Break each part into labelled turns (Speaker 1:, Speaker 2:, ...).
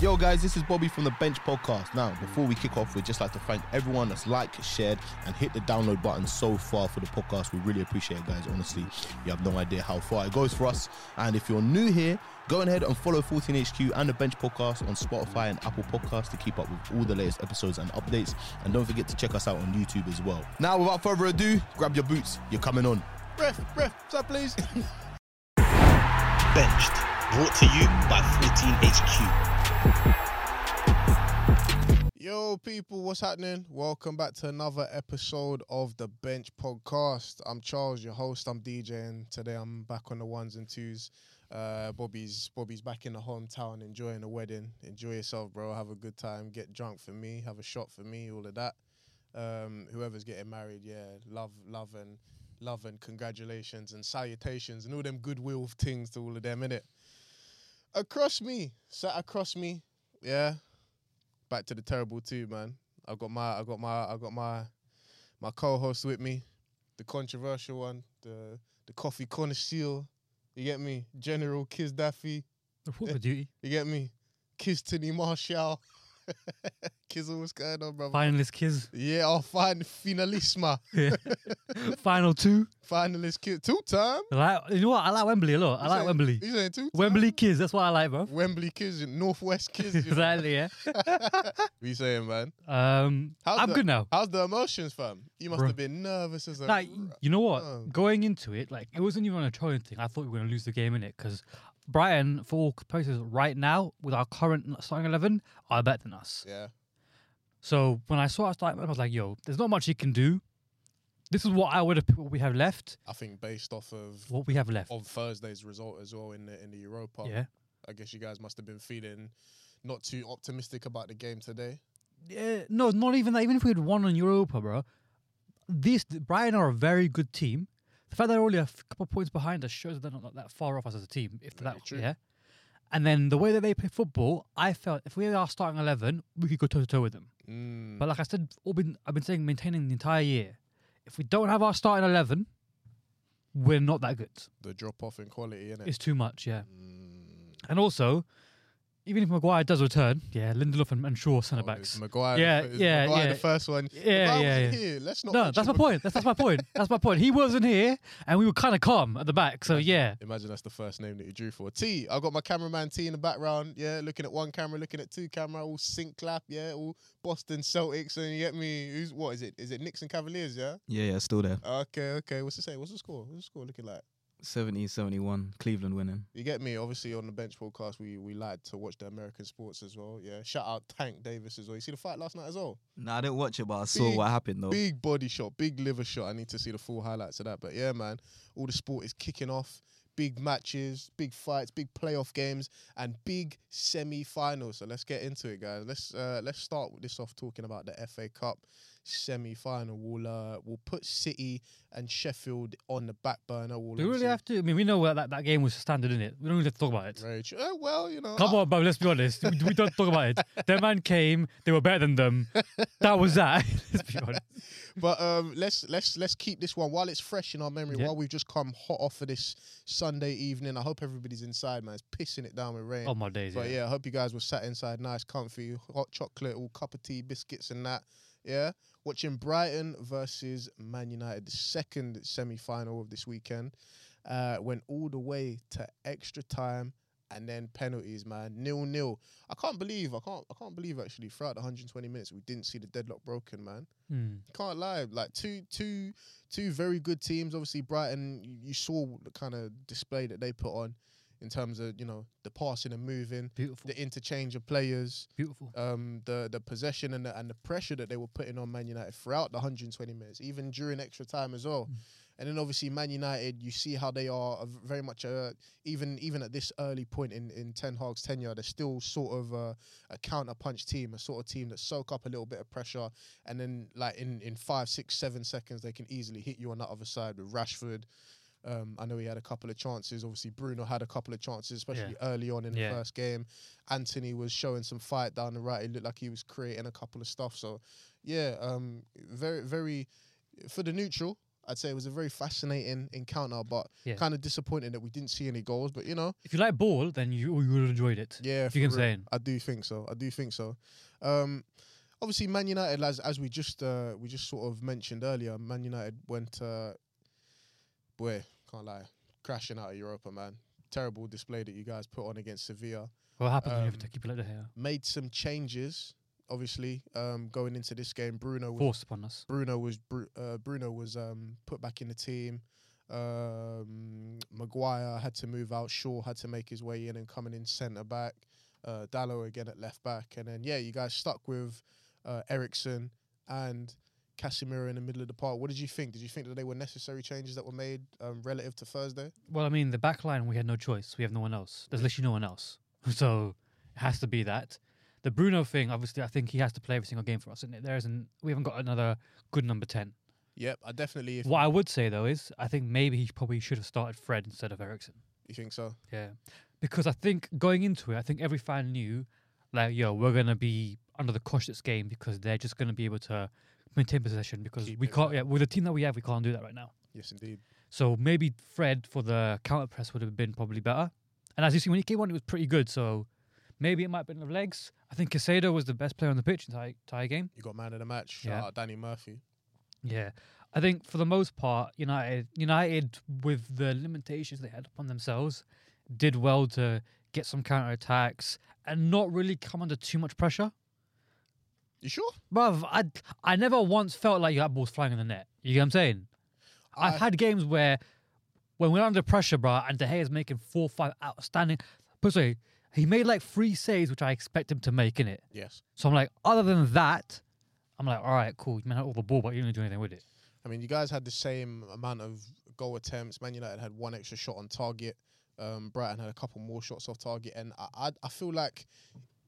Speaker 1: Yo, guys, this is Bobby from the Bench Podcast. Now, before we kick off, we'd just like to thank everyone that's liked, shared, and hit the download button so far for the podcast. We really appreciate it, guys. Honestly, you have no idea how far it goes for us. And if you're new here, go ahead and follow 14HQ and the Bench Podcast on Spotify and Apple Podcasts to keep up with all the latest episodes and updates. And don't forget to check us out on YouTube as well. Now, without further ado, grab your boots. You're coming on. Ref, ref, sir, please.
Speaker 2: Benched, brought to you by 14HQ.
Speaker 3: Yo, people, what's happening? Welcome back to another episode of the Bench Podcast. I'm Charles, your host. I'm DJing today. I'm back on the ones and twos. Uh, Bobby's Bobby's back in the hometown, enjoying the wedding. Enjoy yourself, bro. Have a good time. Get drunk for me. Have a shot for me. All of that. Um, whoever's getting married, yeah, love, love, and love, and congratulations and salutations and all them goodwill things to all of them, innit? Across me, sat across me, yeah back to the terrible two, man. I got my, I got my, I got my, my co-host with me, the controversial one, the the coffee connoisseur. You get me, General Kiz Daffy.
Speaker 4: What
Speaker 3: Eh.
Speaker 4: the duty?
Speaker 3: You get me, Kiz Tini Marshall. Kizzle, what's going on, brother?
Speaker 4: Finalist kids.
Speaker 3: Yeah, I'll find finalisma.
Speaker 4: Yeah. Final two.
Speaker 3: Finalist kid. Two time.
Speaker 4: I like, you know what? I like Wembley a lot. I like Wembley.
Speaker 3: You saying two time?
Speaker 4: Wembley kids. That's what I like, bro.
Speaker 3: Wembley kids, Northwest kids. you know. what
Speaker 4: exactly. Yeah.
Speaker 3: you saying, man?
Speaker 4: Um,
Speaker 3: How's
Speaker 4: I'm
Speaker 3: the-
Speaker 4: good now.
Speaker 3: How's the emotions, fam? You must
Speaker 4: Bruh.
Speaker 3: have been nervous as a.
Speaker 4: Like, you know what?
Speaker 3: Oh.
Speaker 4: Going into it, like it wasn't even on a trolling thing. I thought we were gonna lose the game in it because Brighton, for all purposes, right now with our current starting eleven, are better than us.
Speaker 3: yeah.
Speaker 4: So when I saw our starting, eleven, I was like, "Yo, there's not much he can do." This is what I would have. What we have left.
Speaker 3: I think based off of
Speaker 4: What we have left.
Speaker 3: on Thursday's result as well in the in the Europa.
Speaker 4: Yeah.
Speaker 3: I guess you guys must have been feeling not too optimistic about the game today.
Speaker 4: Yeah, Uh, no, not even that. Even if we had won on Europa, bro, these Brighton are a very good team. The fact that they're only a f- couple points behind us shows that they're not that far off us as a team. If
Speaker 3: Very
Speaker 4: that,
Speaker 3: true.
Speaker 4: yeah. And then the way that they play football, I felt if we had our starting eleven, we could go toe to toe with them.
Speaker 3: Mm.
Speaker 4: But like I said, all been, I've been saying maintaining the entire year. If we don't have our starting eleven, we're not that good.
Speaker 3: The drop off in quality, innit?
Speaker 4: It's too much, yeah.
Speaker 3: Mm.
Speaker 4: And also, even if Maguire does return, yeah, Lindelof and, and Shaw centre
Speaker 3: Oh, it's
Speaker 4: backs.
Speaker 3: Maguire,
Speaker 4: Yeah,
Speaker 3: it's
Speaker 4: yeah,
Speaker 3: Maguire
Speaker 4: yeah.
Speaker 3: the first one.
Speaker 4: Yeah,
Speaker 3: Maguire
Speaker 4: yeah,
Speaker 3: wasn't
Speaker 4: yeah.
Speaker 3: here. Let's not.
Speaker 4: No,
Speaker 3: mention
Speaker 4: that's my
Speaker 3: Mag-
Speaker 4: point. That's, that's my point. That's my point. He wasn't here, and we were kind of calm at the back. So yeah,
Speaker 3: Imagine that's the first name that you drew for. T, I got my cameraman T in the background. Yeah, looking at one camera, looking at two camera, all sync clap. Yeah, all Boston Celtics, and you get me. Who's what is it? Is it Knicks and Cavaliers? Yeah.
Speaker 5: Yeah, yeah, still there.
Speaker 3: Okay, okay. What's the say? What's the score? What's the score looking like?
Speaker 5: 70 71, Cleveland winning.
Speaker 3: You get me? Obviously, on the bench podcast, we we like to watch the American sports as well. Yeah. Shout out Tank Davis as well. You see the fight last night as well?
Speaker 5: No, I didn't watch it, but I saw
Speaker 3: Big-
Speaker 5: what happened though.
Speaker 3: Big body shot, big liver shot. I need to see the full highlights of that. But yeah, man, all the sport is kicking off. Big matches, big fights, big playoff games, and big semi-finals. So let's get into it, guys. Let's uh, let's start with this off talking about the FA Cup semi-final. We'll uh, we'll put City and Sheffield on the back burner. We'll
Speaker 4: do we really
Speaker 3: obviously-
Speaker 4: have to? I mean, we know that that, that game was standard in it. We don't really have to talk about it.
Speaker 3: Very true. Uh, well, you know,
Speaker 4: Come
Speaker 3: I-
Speaker 4: on, bro. Let's be honest. We, we don't talk about it. Their man came. They were better than them. That was that. let's be honest.
Speaker 3: But um, let's let's let's keep this one while it's fresh in our memory.
Speaker 4: Yeah.
Speaker 3: While we've just come hot off of this Sunday evening, I hope everybody's inside, man. It's pissing it down with rain.
Speaker 4: Oh my days.
Speaker 3: but
Speaker 4: yeah.
Speaker 3: yeah. I hope you guys were sat inside, nice, comfy, hot chocolate, all cup of tea, biscuits, and that. Yeah, watching Brighton versus Man United, the second semi-final of this weekend. Uh, went all the way to extra time and then penalties, man. Nil nil. I can't believe I can't I can't believe actually throughout the 120 minutes we didn't see the deadlock broken, man
Speaker 4: Hmm.
Speaker 3: can't lie. Like two, two, two very good teams. Obviously, Brighton. You, you saw the kind of display that they put on in terms of you know the passing and moving,
Speaker 4: Beautiful.
Speaker 3: the interchange of players,
Speaker 4: Beautiful.
Speaker 3: um, the the possession and the, and the pressure that they were putting on Man United throughout the 120 minutes, even during extra time as
Speaker 4: Mm.
Speaker 3: well. And then obviously Man United, you see how they are a v- very much uh even even at this early point in in Ten Hag's tenure, they're still sort of a, a counter punch team, a sort of team that soak up a little bit of pressure, and then like in in five, six, seven seconds they can easily hit you on the other side with Rashford. Um, I know he had a couple of chances. Obviously, Bruno had a couple of chances, especially early on in the
Speaker 4: Yeah.
Speaker 3: first game. Anthony was showing some fight down the right. It looked like he was creating a couple of stuff. So, yeah, um, very, very for the neutral. I'd say it was a very fascinating encounter, but
Speaker 4: Yeah.
Speaker 3: kind of disappointing that we didn't see any goals. But you know,
Speaker 4: If you like ball, then you you would have enjoyed it.
Speaker 3: yeah,
Speaker 4: if you can
Speaker 3: for
Speaker 4: say
Speaker 3: real.
Speaker 4: it.
Speaker 3: I do think so. I do think so. Um, obviously, Man United, as as we just uh, we just sort of mentioned earlier, Man United went, uh, boy, can't lie, crashing out of Europa, man. Terrible display that you guys put on against Sevilla.
Speaker 4: What happens when you have
Speaker 3: Um,
Speaker 4: to keep it here?
Speaker 3: Made some changes, obviously, um, going into this game. Bruno was
Speaker 4: Forced upon us.
Speaker 3: Bruno was Bru- uh, Bruno was um, put back in the team. Um, Maguire had to move out. Shaw had to make his way in and coming in centre back. Uh, Dallo again at left back, and then yeah, you guys stuck with uh, Ericsson and Casemiro in the middle of the park. What did you think? Did you think that they were necessary changes that were made um, relative to Thursday?
Speaker 4: Well, I mean, the back line, we had no choice. We have no one else. There's literally no one else. So it has to be that. The Bruno thing, obviously, I think he has to play every single game for us, isn't it? There isn't, we haven't got another good number 10.
Speaker 3: Yep, I definitely. If
Speaker 4: What I would say, though, is I think maybe he probably should have started Fred instead of Ericsson.
Speaker 3: you think so,
Speaker 4: Yeah. Because I think going into it, I think every fan knew, like, yo, we're going to be under the cosh this game because they're just going to be able to maintain possession because
Speaker 3: Keep
Speaker 4: we
Speaker 3: it
Speaker 4: can't,
Speaker 3: right.
Speaker 4: yeah, with the team that we have, we can't do that right now.
Speaker 3: yes, indeed.
Speaker 4: So maybe Fred for the counter press would have been probably better. And as you see, when he came on, it was pretty good. So maybe it might have been the legs. I think Casado was the best player on the pitch in the entire game.
Speaker 3: You got man of the match. Shout
Speaker 4: Yeah.
Speaker 3: out Danny Murphy.
Speaker 4: Yeah. I think for the most part, United, United with the limitations they had upon themselves, did well to get some counter attacks and not really come under too much pressure.
Speaker 3: You sure?
Speaker 4: Bruv, I I never once felt like that ball's flying in the net. You get what I'm saying? I've
Speaker 3: I-
Speaker 4: had games where when we're under pressure, bro, and De Gea's making four, five outstanding. But sorry, he made like three saves, which I expect him to make in it.
Speaker 3: Yes.
Speaker 4: So I'm like, other than that, I'm like, all right, cool. You may not have the ball, but you didn't do anything with it.
Speaker 3: I mean, you guys had the same amount of goal attempts. Man United had one extra shot on target. Um, Brighton had a couple more shots off target, and I, I, I feel like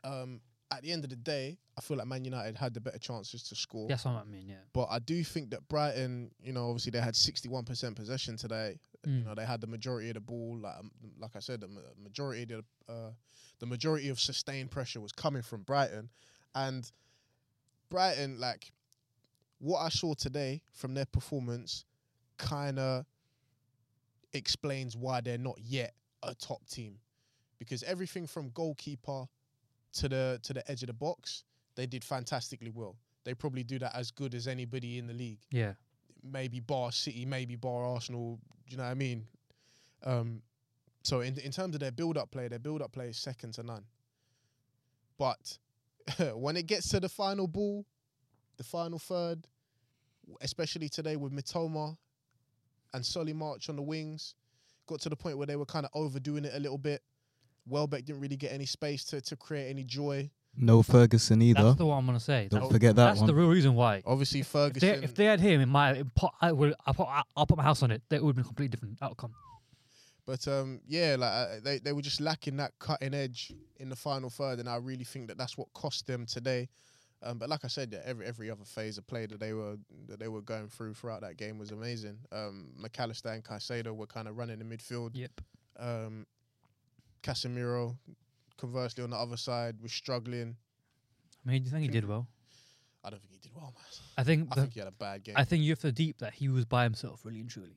Speaker 3: um, at the end of the day, I feel like Man United had the better chances to score.
Speaker 4: That's what I mean, yeah.
Speaker 3: But I do think that Brighton, you know, obviously they had 61% possession today. You
Speaker 4: Mm.
Speaker 3: know, they had the majority of the ball. Like, um, like I said, the ma- majority of the, uh, the majority of sustained pressure was coming from Brighton, and Brighton, like what I saw today from their performance, kind of explains why they're not yet a top team, because everything from goalkeeper to the to the edge of the box, they did fantastically well. They probably do that as good as anybody in the league
Speaker 4: Yeah.
Speaker 3: maybe bar City, maybe bar Arsenal. Do you know what I mean? Um, so in in terms of their build up play, their build up play is second to none. But when it gets to the final ball, the final third, especially today with Mitoma and Solly March on the wings, got to the point where they were kind of overdoing it a little bit. Welbeck didn't really get any space to, to create any joy.
Speaker 5: No Ferguson either.
Speaker 4: That's the one I'm going to say.
Speaker 5: Don't
Speaker 4: That's,
Speaker 5: forget that
Speaker 4: that's
Speaker 5: one.
Speaker 4: the real reason why.
Speaker 3: Obviously,
Speaker 4: If they,
Speaker 3: Ferguson.
Speaker 4: if they had him, in my, it pot, I would, I put, I'll put my house on it. That would have been a completely different outcome.
Speaker 3: But um, yeah, like uh, they they were just lacking that cutting edge in the final third, and I really think that that's what cost them today. Um, but like I said, yeah, every every other phase of play that they were that they were going through throughout that game was amazing. Um, McAllister and Caicedo were kind of running the midfield.
Speaker 4: Yep.
Speaker 3: Um, Casemiro, conversely on the other side, was struggling.
Speaker 4: I mean, do you think he did well?
Speaker 3: I don't think he did well, man.
Speaker 4: I think,
Speaker 3: I
Speaker 4: the,
Speaker 3: think he had a bad game
Speaker 4: I think you have to deep that he was by himself, really and truly.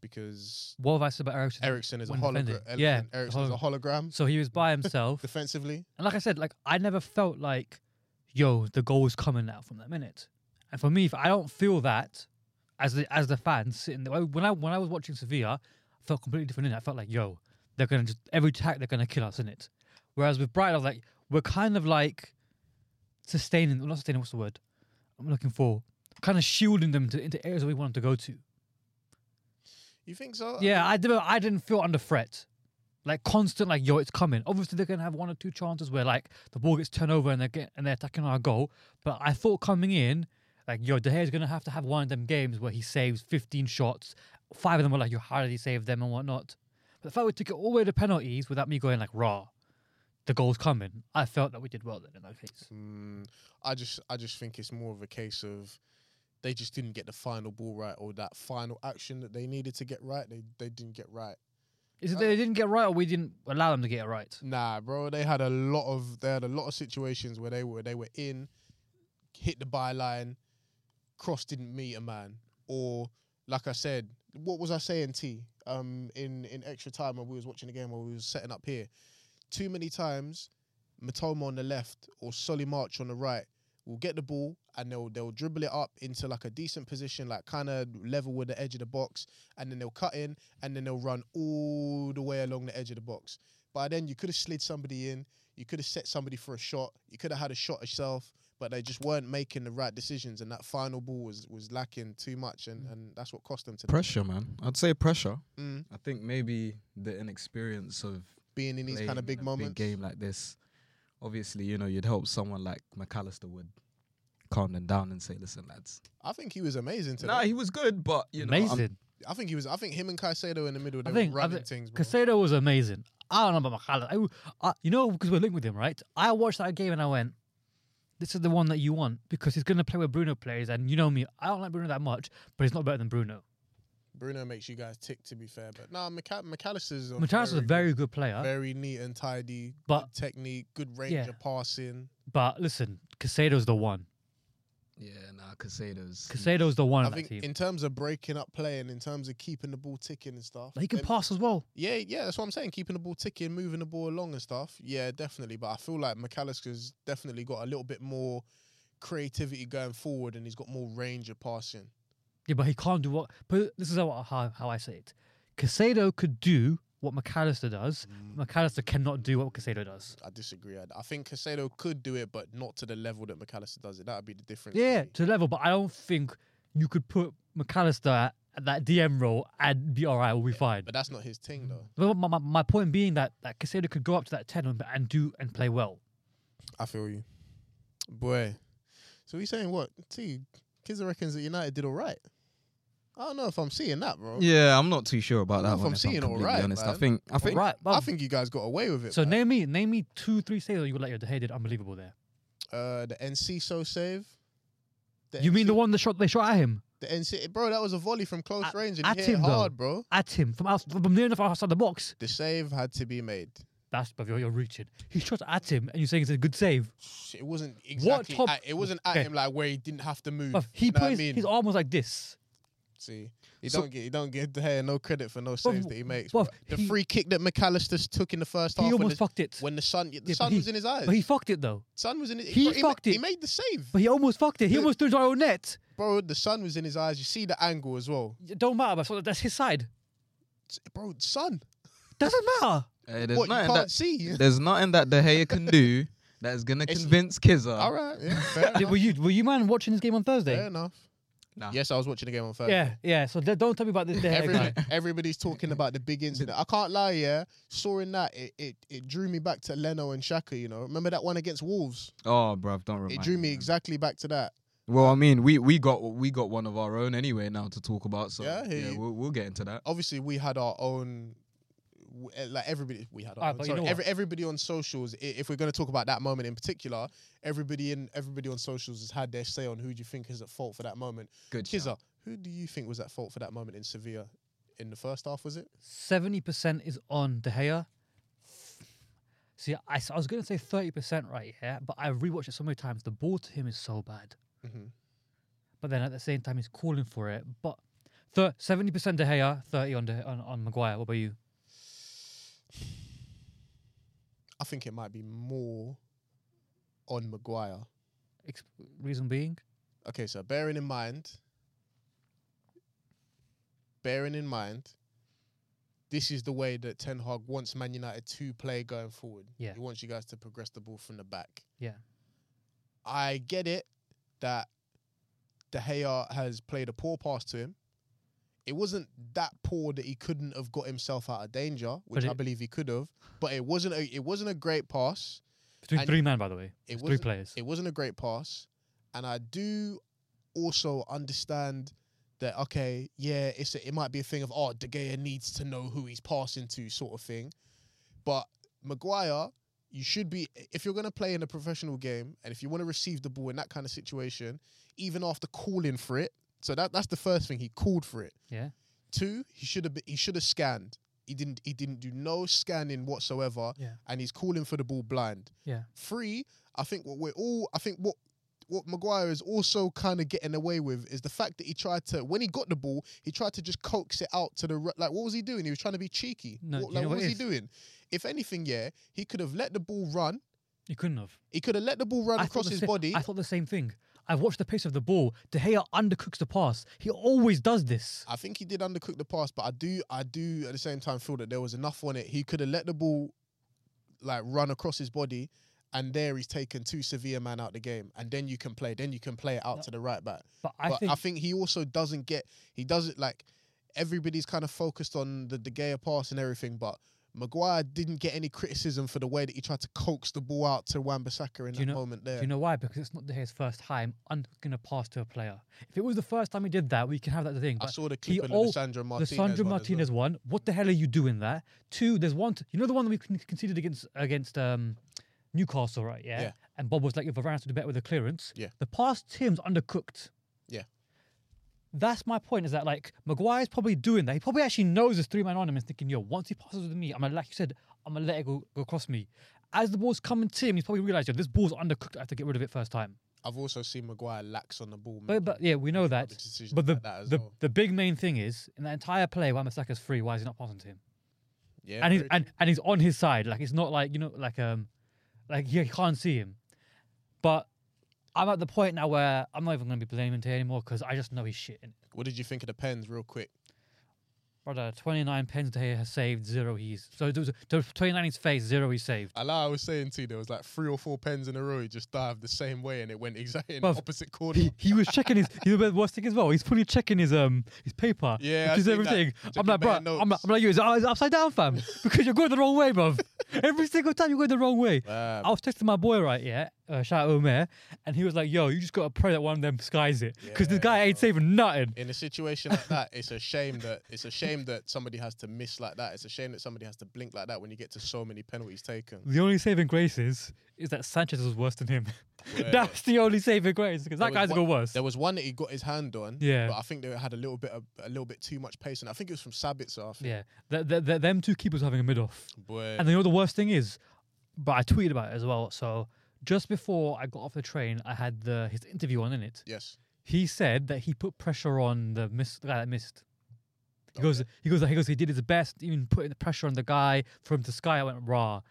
Speaker 3: because
Speaker 4: What have I said about Ericsson?
Speaker 3: Ericsson is a
Speaker 4: when
Speaker 3: hologram.
Speaker 4: defending. Yeah,
Speaker 3: Ericsson is a hologram
Speaker 4: So he was by himself,
Speaker 3: defensively.
Speaker 4: and like I said, like I never felt like, yo, the goal was coming now from that minute. And for me, if I don't feel that as the as the fan sitting there. When I when I was watching Sevilla, I felt completely different. In it. I felt like, yo, they're gonna just every attack they're gonna kill us in it. Whereas with Brighton, I was like, we're kind of like sustaining, not sustaining. What's the word I'm looking for? Kind of shielding them to, into areas that we want them to go to.
Speaker 3: You think so?
Speaker 4: Yeah, I didn't. I didn't feel under threat, like constant. Like yo, it's coming. Obviously, they're gonna have one or two chances where like the ball gets turned over and they get and they're attacking our goal. But I thought coming in, like yo, De Gea's gonna have to have one of them games where he saves 15 shots. Five of them were like, yo, how did he save them and whatnot? But the fact we took it all the way to penalties without me going like raw, the goal's coming. I felt that we did well then in that case.
Speaker 3: Mm, I just I just think it's more of a case of they just didn't get the final ball right or that final action that they needed to get right. They they didn't get right.
Speaker 4: Is it that they didn't get it right or we didn't allow them to get it right?
Speaker 3: Nah, bro, they had a lot of they had a lot of situations where they were they were in, hit the byline, cross didn't meet a man, or like I said, what was I saying, T? Um, in in extra time when we was watching the game, when we was setting up here, too many times, Matoma on the left or Solly March on the right will get the ball and they'll they'll dribble it up into like a decent position, like kind of level with the edge of the box, and then they'll cut in and then they'll run all the way along the edge of the box. By then, you could have slid somebody in, you could have set somebody for a shot, you could have had a shot yourself, but they just weren't making the right decisions, and that final ball was was lacking too much, and and that's what cost them today.
Speaker 5: Pressure, man. I'd say pressure.
Speaker 3: Mm,
Speaker 5: I think maybe the inexperience of
Speaker 3: being in these
Speaker 5: playing
Speaker 3: kind of big
Speaker 5: a
Speaker 3: moments.
Speaker 5: game like this. Obviously, you know, you'd hope someone like McAllister would calm them down and say, "Listen, lads."
Speaker 3: I think he was amazing today.
Speaker 5: Nah, he was good, but you know, I'm-
Speaker 4: amazing.
Speaker 3: I think he was. I think him and Caicedo in the middle, they
Speaker 4: I
Speaker 3: were
Speaker 4: think I
Speaker 3: running
Speaker 4: think
Speaker 3: things. Bro.
Speaker 4: Casado was amazing. I don't know about McAllister. I, I, you know, because we're linked with him, right? I watched that game and I went, "This is the one that you want because he's going to play where Bruno plays." And you know me, I don't like Bruno that much, but he's not better than Bruno.
Speaker 3: Bruno makes you guys tick, to be fair, but nah, Mc- McAllister's on
Speaker 4: Matthias is a very good player,
Speaker 3: very neat and tidy.
Speaker 4: But-
Speaker 3: good technique, good range
Speaker 4: Yeah.
Speaker 3: of passing.
Speaker 4: but listen, Casado's the one.
Speaker 5: yeah, nah, Casado's.
Speaker 4: Casado's the one
Speaker 3: I
Speaker 4: on that
Speaker 3: think
Speaker 4: team.
Speaker 3: in terms of breaking up play and in terms of keeping the ball ticking and stuff,
Speaker 4: he can
Speaker 3: then-
Speaker 4: pass as well.
Speaker 3: Yeah, yeah, that's what I'm saying. Keeping the ball ticking, moving the ball along and stuff. Yeah, definitely. But I feel like McAllister's definitely got a little bit more creativity going forward, and he's got more range of passing.
Speaker 4: Yeah, but he can't do what. But this is how how, how I say it. Casado could do what McAllister does.
Speaker 3: Mm.
Speaker 4: McAllister cannot do what Casado does.
Speaker 3: I disagree. I, I think Casado could do it, but not to the level that McAllister does it. That would be the difference. for
Speaker 4: Yeah,
Speaker 3: me.
Speaker 4: to the level. But I don't think you could put McAllister at that DM role and be all right. We'll be fine.
Speaker 3: but that's not his thing though.
Speaker 4: But my, my, my point being that that Casado could go up to that ten and, and do and play well.
Speaker 3: I feel you, boy. So he's saying what? T kids reckons that United did all right. I don't know if I'm seeing that, bro.
Speaker 5: Yeah, I'm not too sure about
Speaker 3: know
Speaker 5: that
Speaker 3: if
Speaker 5: one.
Speaker 3: I'm
Speaker 5: if
Speaker 3: seeing
Speaker 5: I'm completely
Speaker 3: alright,
Speaker 5: honest, I
Speaker 3: man.
Speaker 5: think I think
Speaker 4: right.
Speaker 3: I
Speaker 4: well,
Speaker 3: think you guys got away with it.
Speaker 4: so.
Speaker 3: man.
Speaker 4: Name me name me two three saves that you were like your head did unbelievable there.
Speaker 3: uh, the NC so save. The
Speaker 4: You mean
Speaker 3: NC
Speaker 4: the one that shot they shot at him
Speaker 3: The NC, bro, that was a volley from close
Speaker 4: At-
Speaker 3: range and
Speaker 4: at
Speaker 3: he hit it
Speaker 4: him, though.
Speaker 3: hard, bro.
Speaker 4: at him from outside, from near enough outside the box?
Speaker 3: The save had to be made.
Speaker 4: That's but you're, you're reaching. He shot at him, and you're saying it's a good save.
Speaker 3: It wasn't exactly.
Speaker 4: top-
Speaker 3: At, it wasn't at
Speaker 4: Okay.
Speaker 3: him like where he didn't have to move.
Speaker 4: But he
Speaker 3: you know what
Speaker 4: plays.
Speaker 3: I mean?
Speaker 4: His arm was like this.
Speaker 3: See, he
Speaker 5: So-
Speaker 3: don't get he don't get De Gea no credit for no saves
Speaker 4: Bruv,
Speaker 3: that he makes.
Speaker 4: bruv,
Speaker 3: bruv. the
Speaker 4: he-
Speaker 3: free kick that McAllister took in the first
Speaker 4: He
Speaker 3: half when
Speaker 4: almost
Speaker 3: the,
Speaker 4: fucked it.
Speaker 3: when the sun the
Speaker 4: Yeah, but
Speaker 3: sun
Speaker 4: he-
Speaker 3: was in his eyes.
Speaker 4: But he fucked it though.
Speaker 3: sun was in his,
Speaker 4: he
Speaker 3: bro, ma-
Speaker 4: fucked it.
Speaker 3: He made the save,
Speaker 4: But he almost fucked it. He
Speaker 3: Look.
Speaker 4: almost threw it into our own net.
Speaker 3: bro. The sun was in his eyes. You see the angle as well,
Speaker 4: It don't matter. But so that's his side.
Speaker 3: S- bro. Sun,
Speaker 4: Doesn't matter.
Speaker 5: eh, there's
Speaker 3: what you
Speaker 5: nothing
Speaker 3: can't
Speaker 5: that
Speaker 3: see.
Speaker 5: there's nothing that De Gea can do that is gonna
Speaker 3: It's-
Speaker 5: convince Kizza.
Speaker 3: All right, yeah, fair
Speaker 4: Oh. Did-
Speaker 3: enough.
Speaker 4: were you were you man watching this game on
Speaker 3: Fair
Speaker 4: Thursday?
Speaker 3: enough.
Speaker 5: Nah.
Speaker 3: Yes, I was watching the game on Thursday.
Speaker 4: Yeah, yeah. So th- don't tell me about this. De Gea
Speaker 3: Everybody,
Speaker 4: guy.
Speaker 3: everybody's talking about the big incident. I can't lie, yeah. Sawing that, it, it, it drew me back to Leno and Shaka, you know. Remember that one against Wolves?
Speaker 5: Oh, bruv, don't remind
Speaker 3: It drew me
Speaker 5: man.
Speaker 3: exactly back to that.
Speaker 5: Well, I mean, we we got we got one of our own anyway now to talk about. So
Speaker 3: Yeah,
Speaker 5: yeah,
Speaker 3: I hear you. Oh.
Speaker 5: we'll, we'll get into that.
Speaker 3: Obviously, we had our own, w- eh, like everybody, we had our
Speaker 4: Ah,
Speaker 3: own.
Speaker 4: but you
Speaker 3: Sorry,
Speaker 4: know
Speaker 3: every,
Speaker 4: what?
Speaker 3: everybody on socials, i- if we're going to talk about that moment in particular, everybody in everybody on socials has had their say on who do you think is at fault for that moment.
Speaker 5: Good. shout.
Speaker 3: Kizza, who do you think was at fault for that moment in Sevilla? In the first half, was it?
Speaker 4: Seventy percent is on De Gea. See, I, s- I was gonna say thirty percent right here, but I've rewatched it so many times. The ball to him is so bad.
Speaker 3: Mhm.
Speaker 4: But then at the same time, he's calling for it. But thir- 70% De Gea, 30 on, De- on on Maguire. What about you?
Speaker 3: I think it might be more on Maguire.
Speaker 4: Ex- reason being,
Speaker 3: Okay, so bearing in mind, bearing in mind, this is the way that Ten Hag wants Man United to play going forward.
Speaker 4: Yeah.
Speaker 3: He wants you guys to progress the ball from the back.
Speaker 4: yeah,
Speaker 3: I get it that De Gea has played a poor pass to him. It wasn't that poor that he couldn't have got himself out of danger, which
Speaker 4: But
Speaker 3: I
Speaker 4: it-
Speaker 3: believe he could have. But it wasn't a it wasn't a great pass.
Speaker 4: between
Speaker 3: And
Speaker 4: three men, by the way,
Speaker 3: It
Speaker 4: It's
Speaker 3: wasn't-
Speaker 4: three players.
Speaker 3: it wasn't a great pass, and I do also understand that okay, yeah, it's a, it might be a thing of oh, De Gea needs to know who he's passing to, sort of thing. But Maguire, you should be if you're going to play in a professional game and if you want to receive the ball in that kind of situation, even after calling for it. So that that's the first thing he called for it.
Speaker 4: yeah,
Speaker 3: Two, he should have been- he should have scanned. He didn't he didn't do no scanning whatsoever,
Speaker 4: Yeah.
Speaker 3: and he's calling for the ball blind
Speaker 4: yeah.
Speaker 3: three i think what we're all i think what what Maguire is also kind of getting away with is the fact that he tried to when he got the ball, he tried to just coax it out to the re- like. What was he doing? He was trying to be cheeky.
Speaker 4: No,
Speaker 3: what,
Speaker 4: do you
Speaker 3: like,
Speaker 4: know
Speaker 3: what
Speaker 4: what
Speaker 3: was
Speaker 4: it
Speaker 3: he
Speaker 4: is?
Speaker 3: doing? If anything, yeah, he could have let the ball run.
Speaker 4: He couldn't have.
Speaker 3: He could have let the ball run
Speaker 4: thought
Speaker 3: across
Speaker 4: the
Speaker 3: his
Speaker 4: sa-
Speaker 3: body.
Speaker 4: I thought the same thing. I've watched the pace of the ball. De Gea undercooks the pass. He always does this.
Speaker 3: I think he did undercook the pass, but I do, I do at the same time feel that there was enough on it. He could have let the ball like run across his body, and there he's taken two Sevilla man out the game, and then you can play, then you can play it out to the right back.
Speaker 4: But I
Speaker 3: but
Speaker 4: think
Speaker 3: I think he also doesn't get, he doesn't like. Everybody's kind of focused on the De Gea pass and everything, but Maguire didn't get any criticism for the way that he tried to coax the ball out to Wan-Bissaka in that
Speaker 4: Do you know-
Speaker 3: moment there.
Speaker 4: Do you know why? Because it's not De Gea's first time under gonna pass to a player. If it was the first time he did that, we can have that thing.
Speaker 3: I
Speaker 4: But
Speaker 3: saw the
Speaker 4: he
Speaker 3: clip of
Speaker 4: al-
Speaker 3: Alessandro Martinez.
Speaker 4: the Sandro
Speaker 3: one as well.
Speaker 4: Martinez one. What the hell are you doing there? Two, there's one. T- you know the one that we con- conceded against against um, Newcastle, right? Yeah?
Speaker 3: Yeah.
Speaker 4: And Bob was like, "If Varane to do better with a clearance."
Speaker 3: Yeah.
Speaker 4: The pass to him's undercooked.
Speaker 3: Yeah.
Speaker 4: That's my point. Is that like Maguire's probably doing that. He probably actually knows there's three man on him and thinking, "Yo, once he passes with me, I'm gonna, like you said, I'm gonna let it go, go across me." As the ball's coming to him, he's probably realised, "Yo, this ball's undercooked. I have to get rid of it first time."
Speaker 3: I've also seen Maguire lax on the ball.
Speaker 4: But, but yeah, we know that. But Mm. the, the, the big main thing is in that entire play, why Masaka's free. Why is he not passing to him?
Speaker 3: yeah,
Speaker 4: and he's
Speaker 3: very-
Speaker 4: and, and he's on his side. Like it's not like you know, like um, like you can't see him. But I'm at the point now where I'm not even going to be blaming Tay anymore because I just know he's shit. And
Speaker 3: what did you think of the pens, real quick?
Speaker 4: brother, 29 pens Tay has saved, zero he's so there was, there was 29 he's faced, zero he's saved.
Speaker 3: I like I was saying too, there was like three or four pens in a row. He just dived the same way, and it went exactly in the
Speaker 4: Bruv,
Speaker 3: opposite corner.
Speaker 4: He, he was checking his he was worst thing as well. He's probably checking his um his paper.
Speaker 3: Yeah, I
Speaker 4: which is
Speaker 3: seen that.
Speaker 4: everything.
Speaker 3: Took
Speaker 4: I'm
Speaker 3: a
Speaker 4: like,
Speaker 3: bit
Speaker 4: bro,
Speaker 3: of
Speaker 4: I'm, like-
Speaker 3: notes.
Speaker 4: I'm like you, it's it's upside down, fam, because you're going the wrong way, bruv. Every single time you're going the wrong way.
Speaker 3: Wow.
Speaker 4: I was texting my boy right yeah, uh, shout out Omer, and he was like, "Yo, you just gotta pray that one of them skies it, because this guy ain't saving nothing."
Speaker 3: in a situation like that, it's a shame that it's a shame that somebody has to miss like that. It's a shame that somebody has to blink like that when you get to so many penalties taken.
Speaker 4: The only saving grace is, is that Sanchez was worse than him. That's the only saving grace because that
Speaker 3: There was
Speaker 4: guy's got
Speaker 3: one-
Speaker 4: worse.
Speaker 3: There was one that he got his hand on.
Speaker 4: Yeah.
Speaker 3: but I think they had a little bit of, a little bit too much pace, and I think it was from Sabitzer. I think.
Speaker 4: Yeah, th- th- th- them two keepers were having a mid off.
Speaker 3: Boy.
Speaker 4: And you know the worst thing is, but I tweeted about it as well. So just before I got off the train, I had the his interview on in it.
Speaker 3: yes.
Speaker 4: He said that he put pressure on the miss the guy that missed. He goes, he goes, he goes. He did his best, even putting the pressure on the guy from the sky. I went, rah.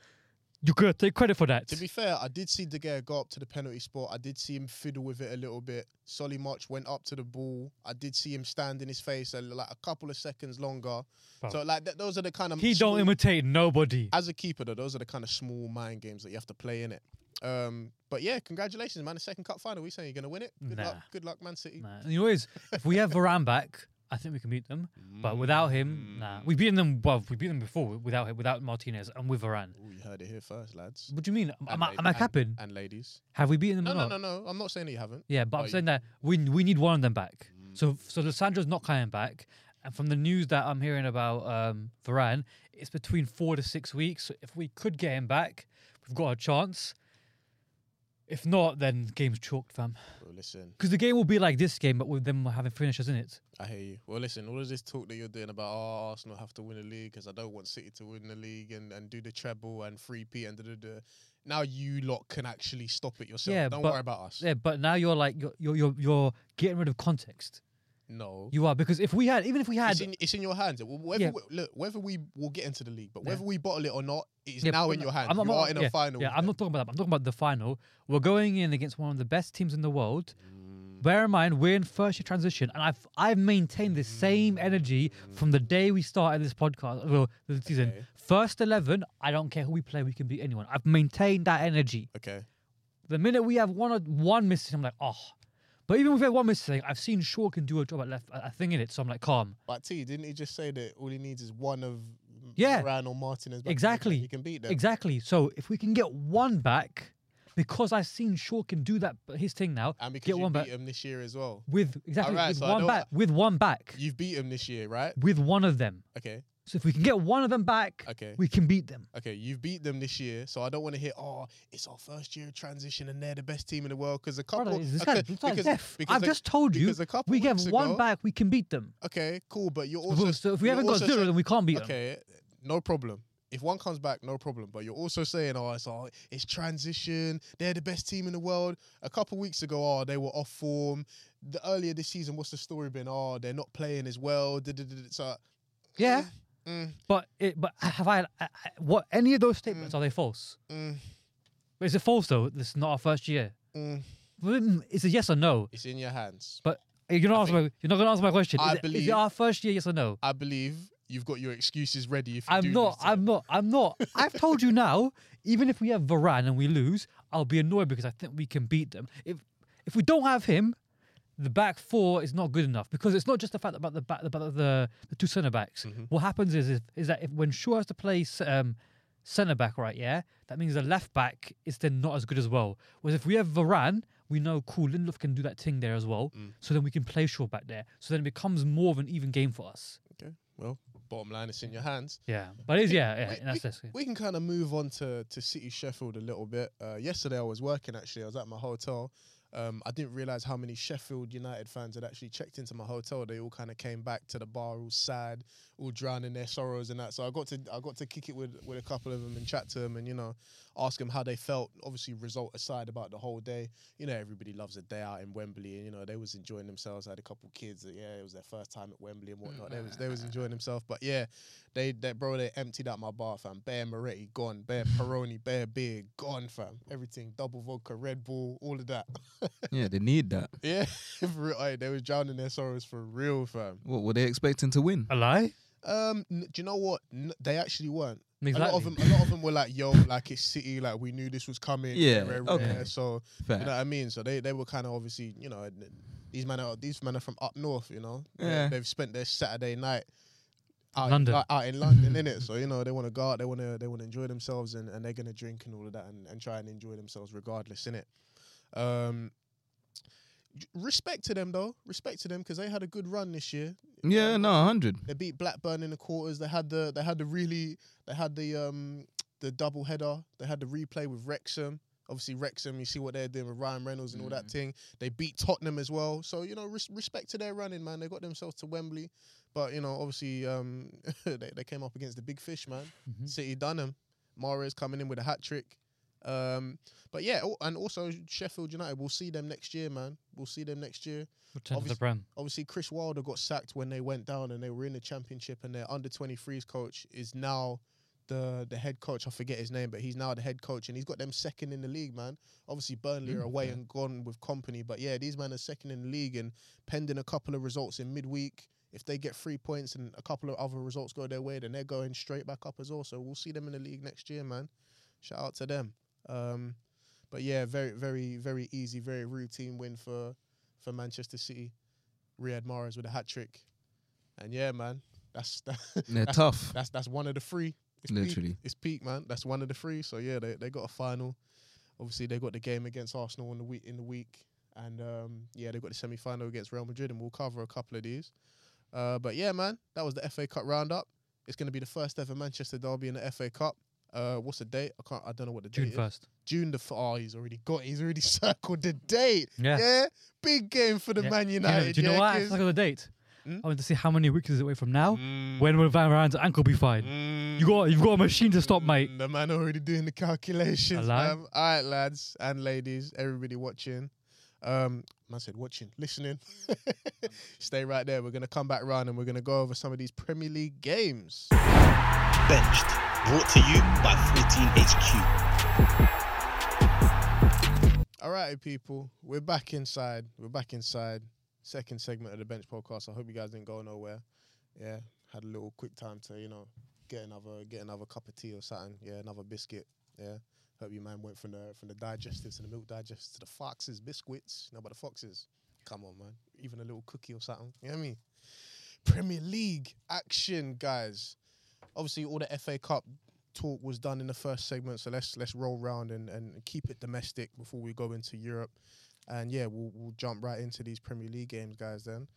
Speaker 4: You gotta take credit for that.
Speaker 3: To be fair, I did see De Gea go up to the penalty spot. I did see him fiddle with it a little bit. Solly March went up to the ball. I did see him stand in his face a, like a couple of seconds longer.
Speaker 4: Bro.
Speaker 3: So like th- those are the kind of
Speaker 4: he
Speaker 3: small-
Speaker 4: don't imitate nobody.
Speaker 3: as a keeper though. Those are the kind of small mind games that you have to play in it. Um, but yeah, congratulations, man! The second cup final. We saying you're gonna win it. Good luck,
Speaker 4: Nah.
Speaker 3: good luck, Man City.
Speaker 4: Nah. And you always, if we have Varane back, I think we can beat them. But without him, nah.
Speaker 3: Mm.
Speaker 4: We've beaten them. Well, we beat them before without him, without Martinez and with Varane.
Speaker 3: Ooh, you heard it here first, lads.
Speaker 4: What do you mean? Am,
Speaker 3: And
Speaker 4: I,
Speaker 3: la-
Speaker 4: am I
Speaker 3: and-
Speaker 4: capping?
Speaker 3: And, ladies.
Speaker 4: Have we beaten them
Speaker 3: No,
Speaker 4: or
Speaker 3: no,
Speaker 4: not?
Speaker 3: no, no. I'm not saying that you haven't.
Speaker 4: Yeah, but
Speaker 3: Oh,
Speaker 4: I'm
Speaker 3: you-
Speaker 4: saying that we we need one of them back.
Speaker 3: Mm.
Speaker 4: So so Lisandro's not coming back, and from the news that I'm hearing about um, Varane, it's between four to six weeks. So if we could get him back, we've got a chance. If not, then game's chalked, fam.
Speaker 3: Well, listen,
Speaker 4: Because the game will be like this game, but with them having finishers in it.
Speaker 3: I hear you. Well, listen, all of this talk that you're doing about oh, Arsenal have to win the league because I don't want City to win the league and, and do the treble and three P and da da da. Now you lot can actually stop it yourself.
Speaker 4: Yeah,
Speaker 3: don't
Speaker 4: but-
Speaker 3: worry about us.
Speaker 4: Yeah, but now you're like you're you're you're, you're getting rid of context.
Speaker 3: No,
Speaker 4: You are because if we had even if we had
Speaker 3: it's in, it's in your hands. Whether
Speaker 4: Yeah.
Speaker 3: we, look, whether we will get into the league, but
Speaker 4: Yeah.
Speaker 3: whether we bottle it or not, it's
Speaker 4: Yeah,
Speaker 3: now
Speaker 4: but
Speaker 3: in
Speaker 4: no,
Speaker 3: your hands.
Speaker 4: I'm not-
Speaker 3: you
Speaker 4: I'm
Speaker 3: are
Speaker 4: not-
Speaker 3: in a
Speaker 4: yeah,
Speaker 3: final.
Speaker 4: Yeah,
Speaker 3: with
Speaker 4: I'm
Speaker 3: them.
Speaker 4: not talking about that. I'm talking about the final. We're going in against one of the best teams in the world. Bear in mind, we're in first year transition, and I've I've maintained the same energy from the day we started this podcast, well, the season.
Speaker 3: Okay.
Speaker 4: First eleven, I don't care who we play, we can beat anyone. I've maintained that energy.
Speaker 3: Okay.
Speaker 4: The minute we have one or one missing, I'm like, oh. But even if we have one missing, I've seen Shaw can do a job at left, a a thing in it, so I'm like, calm.
Speaker 3: But T, didn't he just say that all he needs is one of M-
Speaker 4: Yeah.
Speaker 3: Varane or Martinez? back?
Speaker 4: Exactly.
Speaker 3: He can beat them.
Speaker 4: Exactly. So if we can get one back, because I've seen Shaw can do that, but his thing now.
Speaker 3: And because
Speaker 4: get
Speaker 3: you
Speaker 4: one
Speaker 3: beat
Speaker 4: back
Speaker 3: him this year as well.
Speaker 4: with exactly
Speaker 3: Alright,
Speaker 4: with,
Speaker 3: so I
Speaker 4: one
Speaker 3: don't-
Speaker 4: back, with one back,
Speaker 3: You've beat him this year, right?
Speaker 4: with one of them.
Speaker 3: Okay.
Speaker 4: So if we can get one of them back,
Speaker 3: Okay.
Speaker 4: we can beat them.
Speaker 3: Okay, you've beat them this year, so I don't want to hear, oh, it's our first year of transition and they're the best team in the world because a couple.
Speaker 4: Brother, is this guy,
Speaker 3: okay,
Speaker 4: this guy's deaf. I've
Speaker 3: a-
Speaker 4: just told you
Speaker 3: because a couple
Speaker 4: we get
Speaker 3: weeks
Speaker 4: one
Speaker 3: ago-
Speaker 4: back, we can beat them.
Speaker 3: Okay, cool, but you're also.
Speaker 4: so if we
Speaker 3: you're
Speaker 4: haven't got
Speaker 3: also
Speaker 4: zero,
Speaker 3: saying-
Speaker 4: then we can't beat them.
Speaker 3: Okay, no problem. if one comes back, no problem. But you're also saying, oh, it's oh, it's transition. They're the best team in the world. A couple weeks ago, oh, they were off form. The earlier this season, what's the story been? Oh, they're not playing as well. da, da, da, da. So,
Speaker 4: Yeah,
Speaker 3: mm,
Speaker 4: but it, but have I, I- I- What any of those statements are they false?
Speaker 3: mm,
Speaker 4: Is it false though? This is not our first year.
Speaker 3: mm.
Speaker 4: Mm, It's a yes or no.
Speaker 3: it's in your hands.
Speaker 4: But you're not answering. my- You're not going to answer my question.
Speaker 3: I
Speaker 4: Is it- is
Speaker 3: believe-
Speaker 4: it our first year? Yes or no?
Speaker 3: I believe you've got your excuses ready. If you do
Speaker 4: I'm
Speaker 3: lose
Speaker 4: not.
Speaker 3: today.
Speaker 4: I'm not. I'm not. I've told you now. Even if we have Varane and we lose, I'll be annoyed because I think we can beat them. If if we don't have him, the back four is not good enough because it's not just the fact about the back about the the two centre backs.
Speaker 3: Mm-hmm.
Speaker 4: What happens is if, is that if when Shaw has to play s- um, centre back, right? Yeah, that means the left back is then not as good as well. Whereas if we have Varane. We know cool Lindelof can do that thing there as well,
Speaker 3: Mm.
Speaker 4: so then we can play Shaw back there. So then it becomes more of an even game for us.
Speaker 3: Okay. Well, bottom line, it's in your hands.
Speaker 4: Yeah, but it is yeah, yeah.
Speaker 3: we-
Speaker 4: in that sense, yeah.
Speaker 3: We can kind of move on to, to City Sheffield a little bit. Uh, yesterday I was working actually. I was at my hotel. Um, I didn't realize how many Sheffield United fans had actually checked into my hotel. They all kind of came back to the bar, all sad, all drowning their sorrows and that. So I got to I got to kick it with, with a couple of them and chat to them and you know ask them how they felt. Obviously, result aside about the whole day. You know, everybody loves a day out in Wembley, and you know they was enjoying themselves. I had a couple kids. That, yeah, it was their first time at Wembley and whatnot. They was they was enjoying themselves. But yeah, they, they bro, they emptied out my bar, fam. Bear Moretti gone, bear Peroni, bear beer gone, fam. Everything, double vodka, Red Bull, all of that.
Speaker 5: Yeah, they need that.
Speaker 3: yeah, for real, aye, they was drowning their sorrows for real, fam.
Speaker 5: What were they expecting to win?
Speaker 4: A lie?
Speaker 3: Um, n- do you know what? N- they actually weren't.
Speaker 4: Exactly.
Speaker 3: A lot of them, a lot of them were like, "Yo, like it's City, like we knew this was coming."
Speaker 5: Yeah,
Speaker 3: they're
Speaker 5: okay.
Speaker 3: everywhere, So
Speaker 5: Fair.
Speaker 3: You know what I mean? So they, they were kind of obviously, you know, n- these men are these men are from up north, you know. They-
Speaker 5: Yeah.
Speaker 3: They've spent their Saturday night out
Speaker 4: London.
Speaker 3: in, Lo- out in London, innit? So you know they want to go out, they want to they want to enjoy themselves, and, and they're gonna drink and all of that, and, and try and enjoy themselves regardless, innit? Um, j- respect to them though, respect to them because they had a good run this year.
Speaker 5: yeah, no, hundred.
Speaker 3: They beat Blackburn in the quarters. They had the they had the really they had the um the double header. They had the replay with Wrexham. Obviously Wrexham, you see what they're doing with Ryan Reynolds and all that thing. They beat Tottenham as well. So you know, res- respect to their running, man. They got themselves to Wembley, but you know, obviously um they, they came up against the big fish, man.
Speaker 4: Mhm.
Speaker 3: City done 'em. Mahrez coming in with a hat trick. Um, but yeah, al- and also Sheffield United. We'll see them next year, man. We'll see them next year
Speaker 4: Return to the
Speaker 3: obviously-
Speaker 4: Prem.
Speaker 3: obviously Chris Wilder got sacked when they went down and they were in the championship and their under 23s coach is now the the head coach I forget his name but he's now the head coach and he's got them second in the league man obviously Burnley are away and gone with company but yeah these men are second in the league and pending a couple of results in midweek if they get three points and a couple of other results go their way then they're going straight back up as well so we'll see them in the league next year man shout out to them um but yeah very very very easy very routine win for for Manchester City Riyad Mahrez with a hat trick. And yeah, man, that's that,
Speaker 5: They're tough.
Speaker 3: that's that's one of the three. It's
Speaker 5: Literally.
Speaker 3: peak. it's peak, man. That's one of the three. So yeah, they, they got a final. Obviously, they got the game against Arsenal in the week in the week, and um, yeah, they got the semi final against Real Madrid, and we'll cover a couple of these. Uh, but yeah, man, that was the FA Cup roundup. It's going to be the first ever Manchester derby in the FA Cup. Uh, what's the date? I can't. I don't know what the
Speaker 4: June
Speaker 3: date is.
Speaker 4: first.
Speaker 3: June the f- oh, he's already got. He's already circled the date.
Speaker 4: Yeah.
Speaker 3: big game for the
Speaker 4: Yeah.
Speaker 3: Man
Speaker 4: Do you
Speaker 3: United.
Speaker 4: know- do you know
Speaker 3: yeah,
Speaker 4: what?
Speaker 3: kids?
Speaker 4: Look at the date.
Speaker 3: Hmm?
Speaker 4: I want to see how many weeks is away from now. Oh.
Speaker 3: Mm.
Speaker 4: When will Van Varane's ankle be fine? You got you've got a machine to stop, mate.
Speaker 3: Mm, The man already doing the calculations,
Speaker 4: Hello?
Speaker 3: man. All right, lads and ladies, everybody watching. Um, man said watching, listening. Stay right there. We're gonna come back round and we're gonna go over some of these Premier League games.
Speaker 2: Benched. Brought to you by 14HQ.
Speaker 3: All right, people, we're back inside. We're back inside. Second segment of the Bench Podcast. I hope you guys didn't go nowhere. Yeah, had a little quick time to you know get another get another cup of tea or something. Yeah, another biscuit. Yeah, hope you man went from the from the digestives to the milk digestives to the foxes biscuits. No, but the foxes. Come on, man. Even a little cookie or something. You know what I mean? Premier League action, guys. Obviously, all the FA Cup talk was done in the first segment, so let's let's roll round and, and keep it domestic before we go into Europe. And yeah, we'll we'll jump right into these Premier League games, guys. Then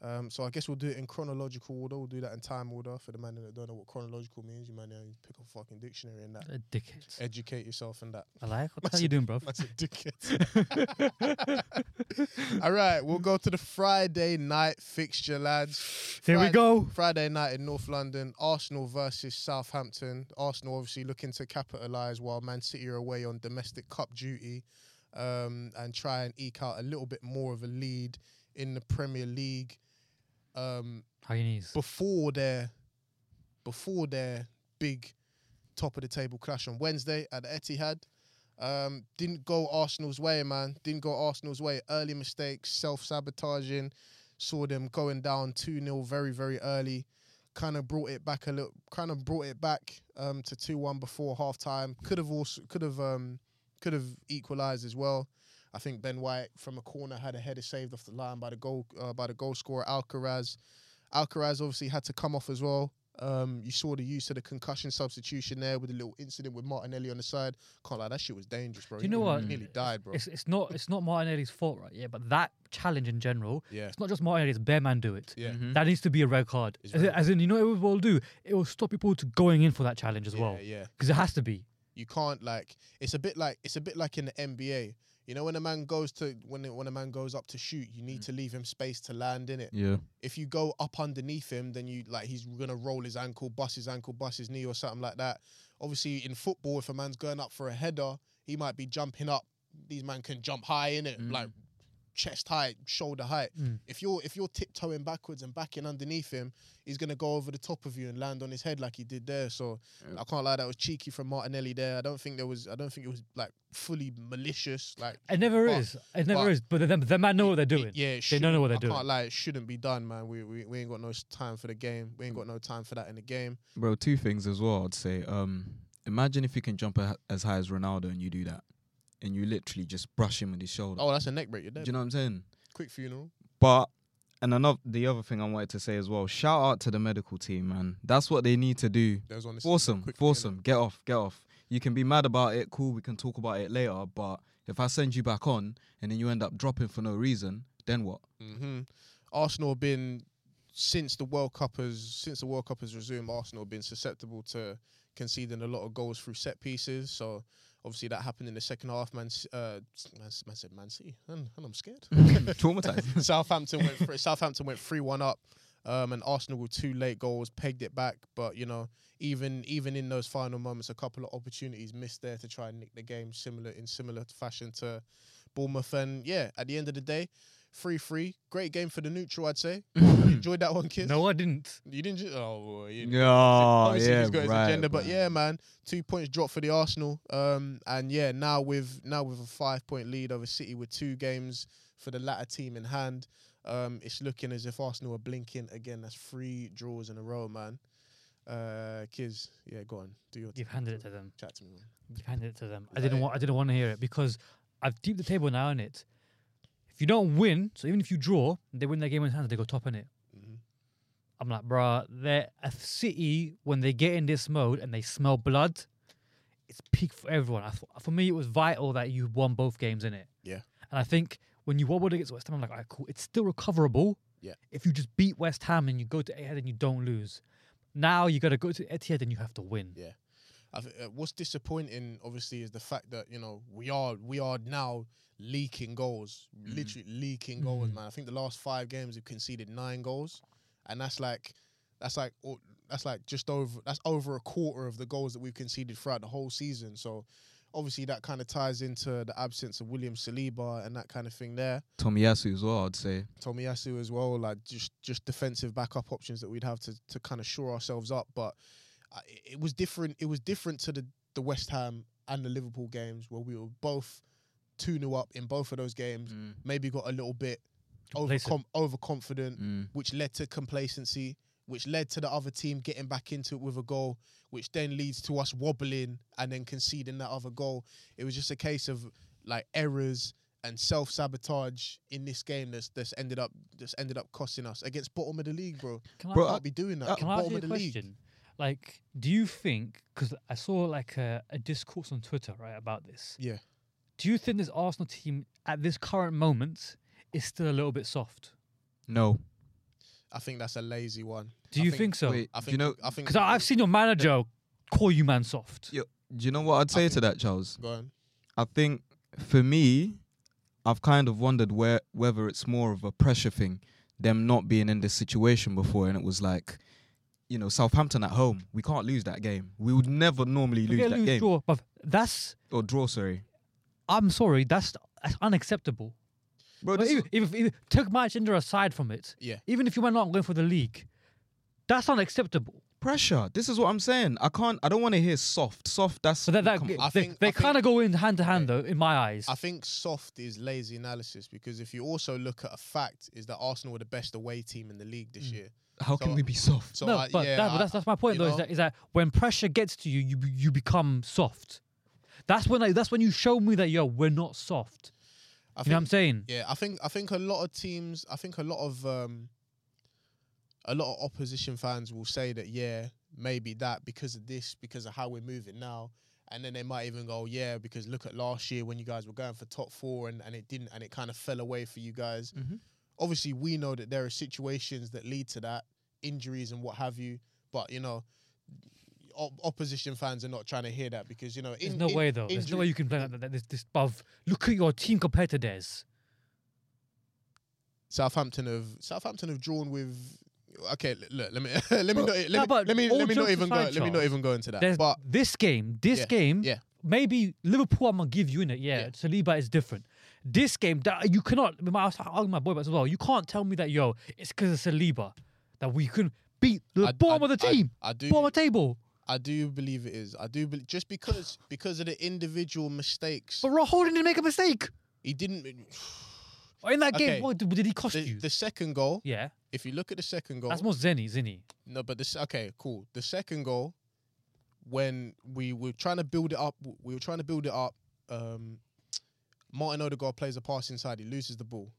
Speaker 3: Um, so I guess we'll do it in chronological order. We'll do that in time order for the man that don't know what chronological means. You might need to pick up a fucking dictionary and that.
Speaker 4: A dickhead.
Speaker 3: Educate yourself in that.
Speaker 4: I like. What the hell you doing, bro?
Speaker 3: That's a dickhead. All right, we'll go to the Friday night fixture, lads.
Speaker 4: Here we
Speaker 3: Fri-
Speaker 4: go.
Speaker 3: Friday night in North London, Arsenal versus Southampton. Arsenal obviously looking to capitalise while Man City are away on domestic cup duty um, and try and eke out a little bit more of a lead in the Premier League. Um,
Speaker 4: How your knees?
Speaker 3: before their before their big top of the table clash on Wednesday at the Etihad. Um, didn't go Arsenal's way, man. Didn't go Arsenal's way. Early mistakes, self sabotaging. Saw them going down 2 0 very, very early. Kind of brought it back a little. Kind of brought it back um, to two one before half time. Could have also could have um, could have equalised as well. I think Ben White from a corner had a header saved off the line by the goal uh, by the goal scorer Alcaraz. Alcaraz obviously had to come off as well. Um, you saw the use of the concussion substitution there with a little incident with Martinelli on the side. Can't lie, that shit was dangerous, bro.
Speaker 4: Do you know
Speaker 3: nearly-
Speaker 4: what?
Speaker 3: Nearly died, bro.
Speaker 4: It's it's not it's not Martinelli's fault, right? Yeah, but that challenge in general,
Speaker 3: Yeah.
Speaker 4: it's not just Martinelli. It's bare man do it. Hmm?
Speaker 3: Yeah.
Speaker 5: Mm-hmm.
Speaker 4: That needs to be a red card.
Speaker 3: It's
Speaker 4: As,
Speaker 3: red.
Speaker 4: as in, you know what it will do? It will stop people to going in for that challenge as
Speaker 3: yeah,
Speaker 4: well.
Speaker 3: yeah.
Speaker 4: Because it has to be.
Speaker 3: You can't like. It's a bit like it's a bit like in the NBA. You know when a man goes to when when a man goes up to shoot, you need to leave him space to land in it.
Speaker 5: Yeah.
Speaker 3: if you go up underneath him, then you like he's gonna roll his ankle, bust his ankle, bust his knee, or something like that. Obviously, in football, if a man's going up for a header, he might be jumping up. These man can jump high in it, like chest height, shoulder height.
Speaker 4: Mm.
Speaker 3: If you're if you're tiptoeing backwards and backing underneath him, he's gonna go over the top of you and land on his head like he did there. So I can't lie, that was cheeky from Martinelli there. I don't think there was. I don't think it was like fully malicious. Like
Speaker 4: It never
Speaker 3: But-
Speaker 4: is. It never
Speaker 3: but-
Speaker 4: is. But the, the man know what they're doing.
Speaker 3: yeah, it
Speaker 4: they don't know what they're
Speaker 3: I
Speaker 4: doing.
Speaker 3: can't lie, it shouldn't be done, man. We, we we ain't got no s- time for the game. We ain't got no time for that in the game.
Speaker 5: Bro, two things as well. I'd say, um, imagine if you can jump a- as high as Ronaldo and you do that, and you literally just brush him with his shoulder.
Speaker 3: Oh, that's a neck break. You're
Speaker 5: do
Speaker 3: dead.
Speaker 5: you know what I'm saying?
Speaker 3: Quick funeral.
Speaker 5: But and another the other thing I wanted to say as well. Shout out to the medical team, man. That's what they need to do.
Speaker 3: There's on this.
Speaker 5: Force them,
Speaker 3: quick
Speaker 5: force
Speaker 3: funeral.
Speaker 5: them. Get off, get off. You can be mad about it. Cool, we can talk about it later. But if I send you back on and then you end up dropping for no reason, then what?
Speaker 3: Mhm. Arsenal have been since the World Cup has since the World Cup has resumed. Arsenal have been susceptible to conceding a lot of goals through set pieces. So obviously that happened in the second half. Man, C- uh, man, C- man said Man City, and, and I'm scared.
Speaker 5: Traumatized.
Speaker 3: Southampton went thr- Southampton went three one up, um, and Arsenal with two late goals pegged it back. But you know, even even in those final moments, a couple of opportunities missed there to try and nick the game, similar in similar fashion to Bournemouth. And yeah, at the end of the day, three three, great game for the neutral. I'd say enjoyed that one, kiss.
Speaker 4: No, I didn't.
Speaker 3: you didn't. ju- Oh, well, you
Speaker 5: yeah,
Speaker 3: obviously
Speaker 5: Oh, yeah,
Speaker 3: he's got his
Speaker 5: right,
Speaker 3: agenda. But
Speaker 5: right.
Speaker 3: yeah, man, two points dropped for the Arsenal. Um, and yeah, now with now with a five point lead over City with two games for the latter team in hand. Um, it's looking as if Arsenal are blinking again. That's three draws in a row, man. Uh, kids, yeah, go on, do your
Speaker 4: You've handed it to them.
Speaker 3: chat to me. Man.
Speaker 4: You've handed it to them. I
Speaker 3: Like-
Speaker 4: didn't want. I didn't want to hear it because I've deep the table now in it. If you don't win, so even if you draw, they win their game in hand. They go top in it.
Speaker 3: Mhm.
Speaker 4: I'm like, bruh, they're a city when they get in this mode and they smell blood. It's peak for everyone. I thought, for me, it was vital that you won both games in it.
Speaker 3: Yeah.
Speaker 4: And I think when you wobbled against West Ham, I'm like, all right, cool. It's still recoverable.
Speaker 3: Yeah.
Speaker 4: If you just beat West Ham and you go to Etihad and you don't lose, now you got to go to Etihad and you have to win.
Speaker 3: Yeah. I th- uh, what's disappointing, obviously, is the fact that you know we are we are now leaking goals, literally leaking goals, man. I think the last five games we've conceded nine goals, and that's like that's like o- that's like just over that's over a quarter of the goals that we've conceded throughout the whole season. So obviously that kind of ties into the absence of William Saliba and that kind of thing there.
Speaker 5: Tomiyasu as well. I'd say.
Speaker 3: Tomiyasu as well, like just just defensive backup options that we'd have to to kind of shore ourselves up. But I, it was different. It was different to the the West Ham and the Liverpool games where we were both two 0 up in both of those games.
Speaker 5: Mm.
Speaker 3: Maybe got a little bit
Speaker 4: Complacent.
Speaker 3: overcom- overconfident,
Speaker 5: Mm.
Speaker 3: which led to complacency, which led to the other team getting back into it with a goal, which then leads to us wobbling and then conceding that other goal. It was just a case of like errors and self sabotage in this game that's that's ended up that's ended up costing us against bottom of the league, bro.
Speaker 4: Can I-
Speaker 5: Bro,
Speaker 3: Can't be doing that.
Speaker 4: Uh, Can I ask
Speaker 3: bottom
Speaker 4: you a
Speaker 3: of the
Speaker 4: question?
Speaker 3: league.
Speaker 4: Like, do you think? Because I saw like a, a discourse on Twitter right about this.
Speaker 3: Yeah.
Speaker 4: Do you think this Arsenal team at this current moment is still a little bit soft?
Speaker 5: No,
Speaker 3: I think that's a lazy one.
Speaker 4: Do
Speaker 3: I
Speaker 4: you think so?
Speaker 5: Wait,
Speaker 3: I
Speaker 5: do
Speaker 3: think
Speaker 5: you know?
Speaker 3: I think
Speaker 4: Because I've seen your manager call you man soft.
Speaker 5: Yeah. Do you know what I'd say to
Speaker 3: think-
Speaker 5: that, Charles?
Speaker 3: Go on.
Speaker 5: I think for me, I've kind of wondered where whether it's more of a pressure thing, them not being in this situation before, and it was like, you know, Southampton at home, we can't lose that game. We would never normally lose
Speaker 4: Forget
Speaker 5: that
Speaker 4: lose,
Speaker 5: game
Speaker 4: draw, bruv. That's
Speaker 5: or draw. Sorry,
Speaker 4: I'm sorry. That's that's unacceptable.
Speaker 5: bro.
Speaker 4: But
Speaker 5: This,
Speaker 4: even, even, even took Manchester aside from it.
Speaker 3: Yeah.
Speaker 4: Even if you were not going for the league, that's unacceptable.
Speaker 5: pressure. This is what I'm saying. I can't. I don't want to hear soft. Soft. That's
Speaker 4: So that, that
Speaker 5: come-
Speaker 4: they,
Speaker 3: I think-
Speaker 4: they
Speaker 3: I think-
Speaker 4: kind of go in hand to hand though, in my eyes.
Speaker 3: I think soft is lazy analysis because if you also look at a fact, is that Arsenal were the best away team in the league this year.
Speaker 5: how can
Speaker 3: so-
Speaker 5: we be soft?
Speaker 3: So
Speaker 4: Mm. no,
Speaker 3: I-
Speaker 4: but,
Speaker 3: yeah,
Speaker 4: that, but
Speaker 3: I-
Speaker 4: that's that's my point
Speaker 3: you
Speaker 4: though. Is
Speaker 3: know?
Speaker 4: that, is that when pressure gets to you, you be- you become soft. That's when I, that's when you show me that yo, we're not soft.
Speaker 3: I
Speaker 4: you know what I'm saying?
Speaker 3: Yeah, I think I think a lot of teams, I think a lot of um, a lot of opposition fans will say that yeah, maybe that because of this, because of how we're moving now, and then they might even go yeah, because look at last year when you guys were going for top four and, and it didn't and it kind of fell away for you guys.
Speaker 4: Mm-hmm.
Speaker 5: Mhm.
Speaker 3: Obviously, we know that there are situations that lead to that, injuries and what have you, but you know. Op- opposition fans are not trying to hear that because you know
Speaker 4: There's
Speaker 3: in-
Speaker 4: no
Speaker 3: in-
Speaker 4: way though. There's
Speaker 3: injury-
Speaker 4: no way you can blame that, that this this above. Look at your team compared to theirs.
Speaker 3: Southampton have Southampton have drawn with. Okay, l- look. Let me let me not, e, let me
Speaker 4: no, but
Speaker 3: let me,
Speaker 4: all
Speaker 3: let me not
Speaker 4: jokes
Speaker 3: even go.
Speaker 4: aside,
Speaker 3: Let me not
Speaker 4: Charles,
Speaker 3: even go into that.
Speaker 4: There's
Speaker 3: but
Speaker 4: this game, this
Speaker 3: Yeah,
Speaker 4: game,
Speaker 3: yeah.
Speaker 4: maybe Liverpool. I'm gonna give you in it. Yeah,
Speaker 3: Yeah.
Speaker 4: Saliba is different. This game, that you cannot. I was arguing my boy about as well. You can't tell me that yo, it's because of Saliba that we couldn't beat the
Speaker 3: I-
Speaker 4: bottom
Speaker 3: I-
Speaker 4: of the
Speaker 3: I-
Speaker 4: team,
Speaker 3: I do-
Speaker 4: bottom of the table.
Speaker 3: I do believe it is. I do bel just because because of the individual mistakes
Speaker 4: But Raholding didn't make a mistake.
Speaker 3: he didn't.
Speaker 4: Or In that
Speaker 3: Okay.
Speaker 4: game, what did, what did he cost
Speaker 3: The,
Speaker 4: you?
Speaker 3: the second goal.
Speaker 4: yeah,
Speaker 3: If you look at the second goal,
Speaker 4: that's more Zenny, Zenny.
Speaker 3: no. But this okay, cool. The second goal, when we were trying to build it up, we were trying to build it up. Um, Martin Odegaard plays a pass inside. He loses the ball.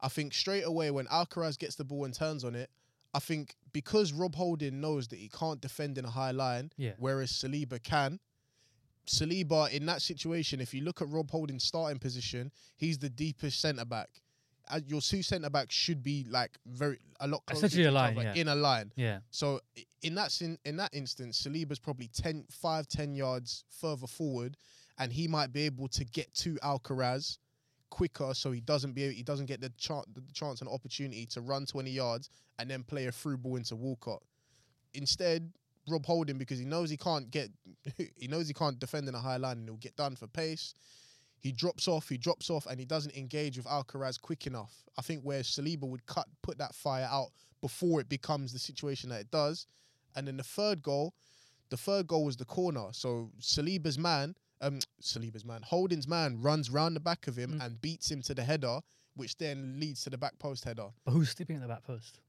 Speaker 3: I think straight away when Alcaraz gets the ball and turns on it, I think because Rob Holding knows that he can't defend in a high line,
Speaker 4: Yeah.
Speaker 3: whereas Saliba can. Saliba in that situation, if you look at Rob Holding's starting position, he's the deepest centre back. Uh, Your two centre backs should be like very a lot closer
Speaker 4: Essentially
Speaker 3: to
Speaker 4: a
Speaker 3: each
Speaker 4: line,
Speaker 3: other,
Speaker 4: yeah.
Speaker 3: in a line.
Speaker 4: Yeah,
Speaker 3: So i- in that sin, in that instance, Saliba's probably 10, 5, 10 yards further forward, and he might be able to get to Alcaraz quicker, so he doesn't be he doesn't get the, chan the chance and opportunity to run twenty yards and then play a through ball into Walcott. Instead, Rob Holding because he knows he can't get he knows he can't defend in a high line and he'll get done for pace. He drops off, he drops off, and he doesn't engage with Alcaraz quick enough. I think where Saliba would cut put that fire out before it becomes the situation that it does. And then the third goal, the third goal was the corner. So Saliba's man, um, Saliba's man, Holding's man runs round the back of him
Speaker 4: Mm.
Speaker 3: and beats him to the header, which then leads to the back post header.
Speaker 4: but who's sleeping at the back post?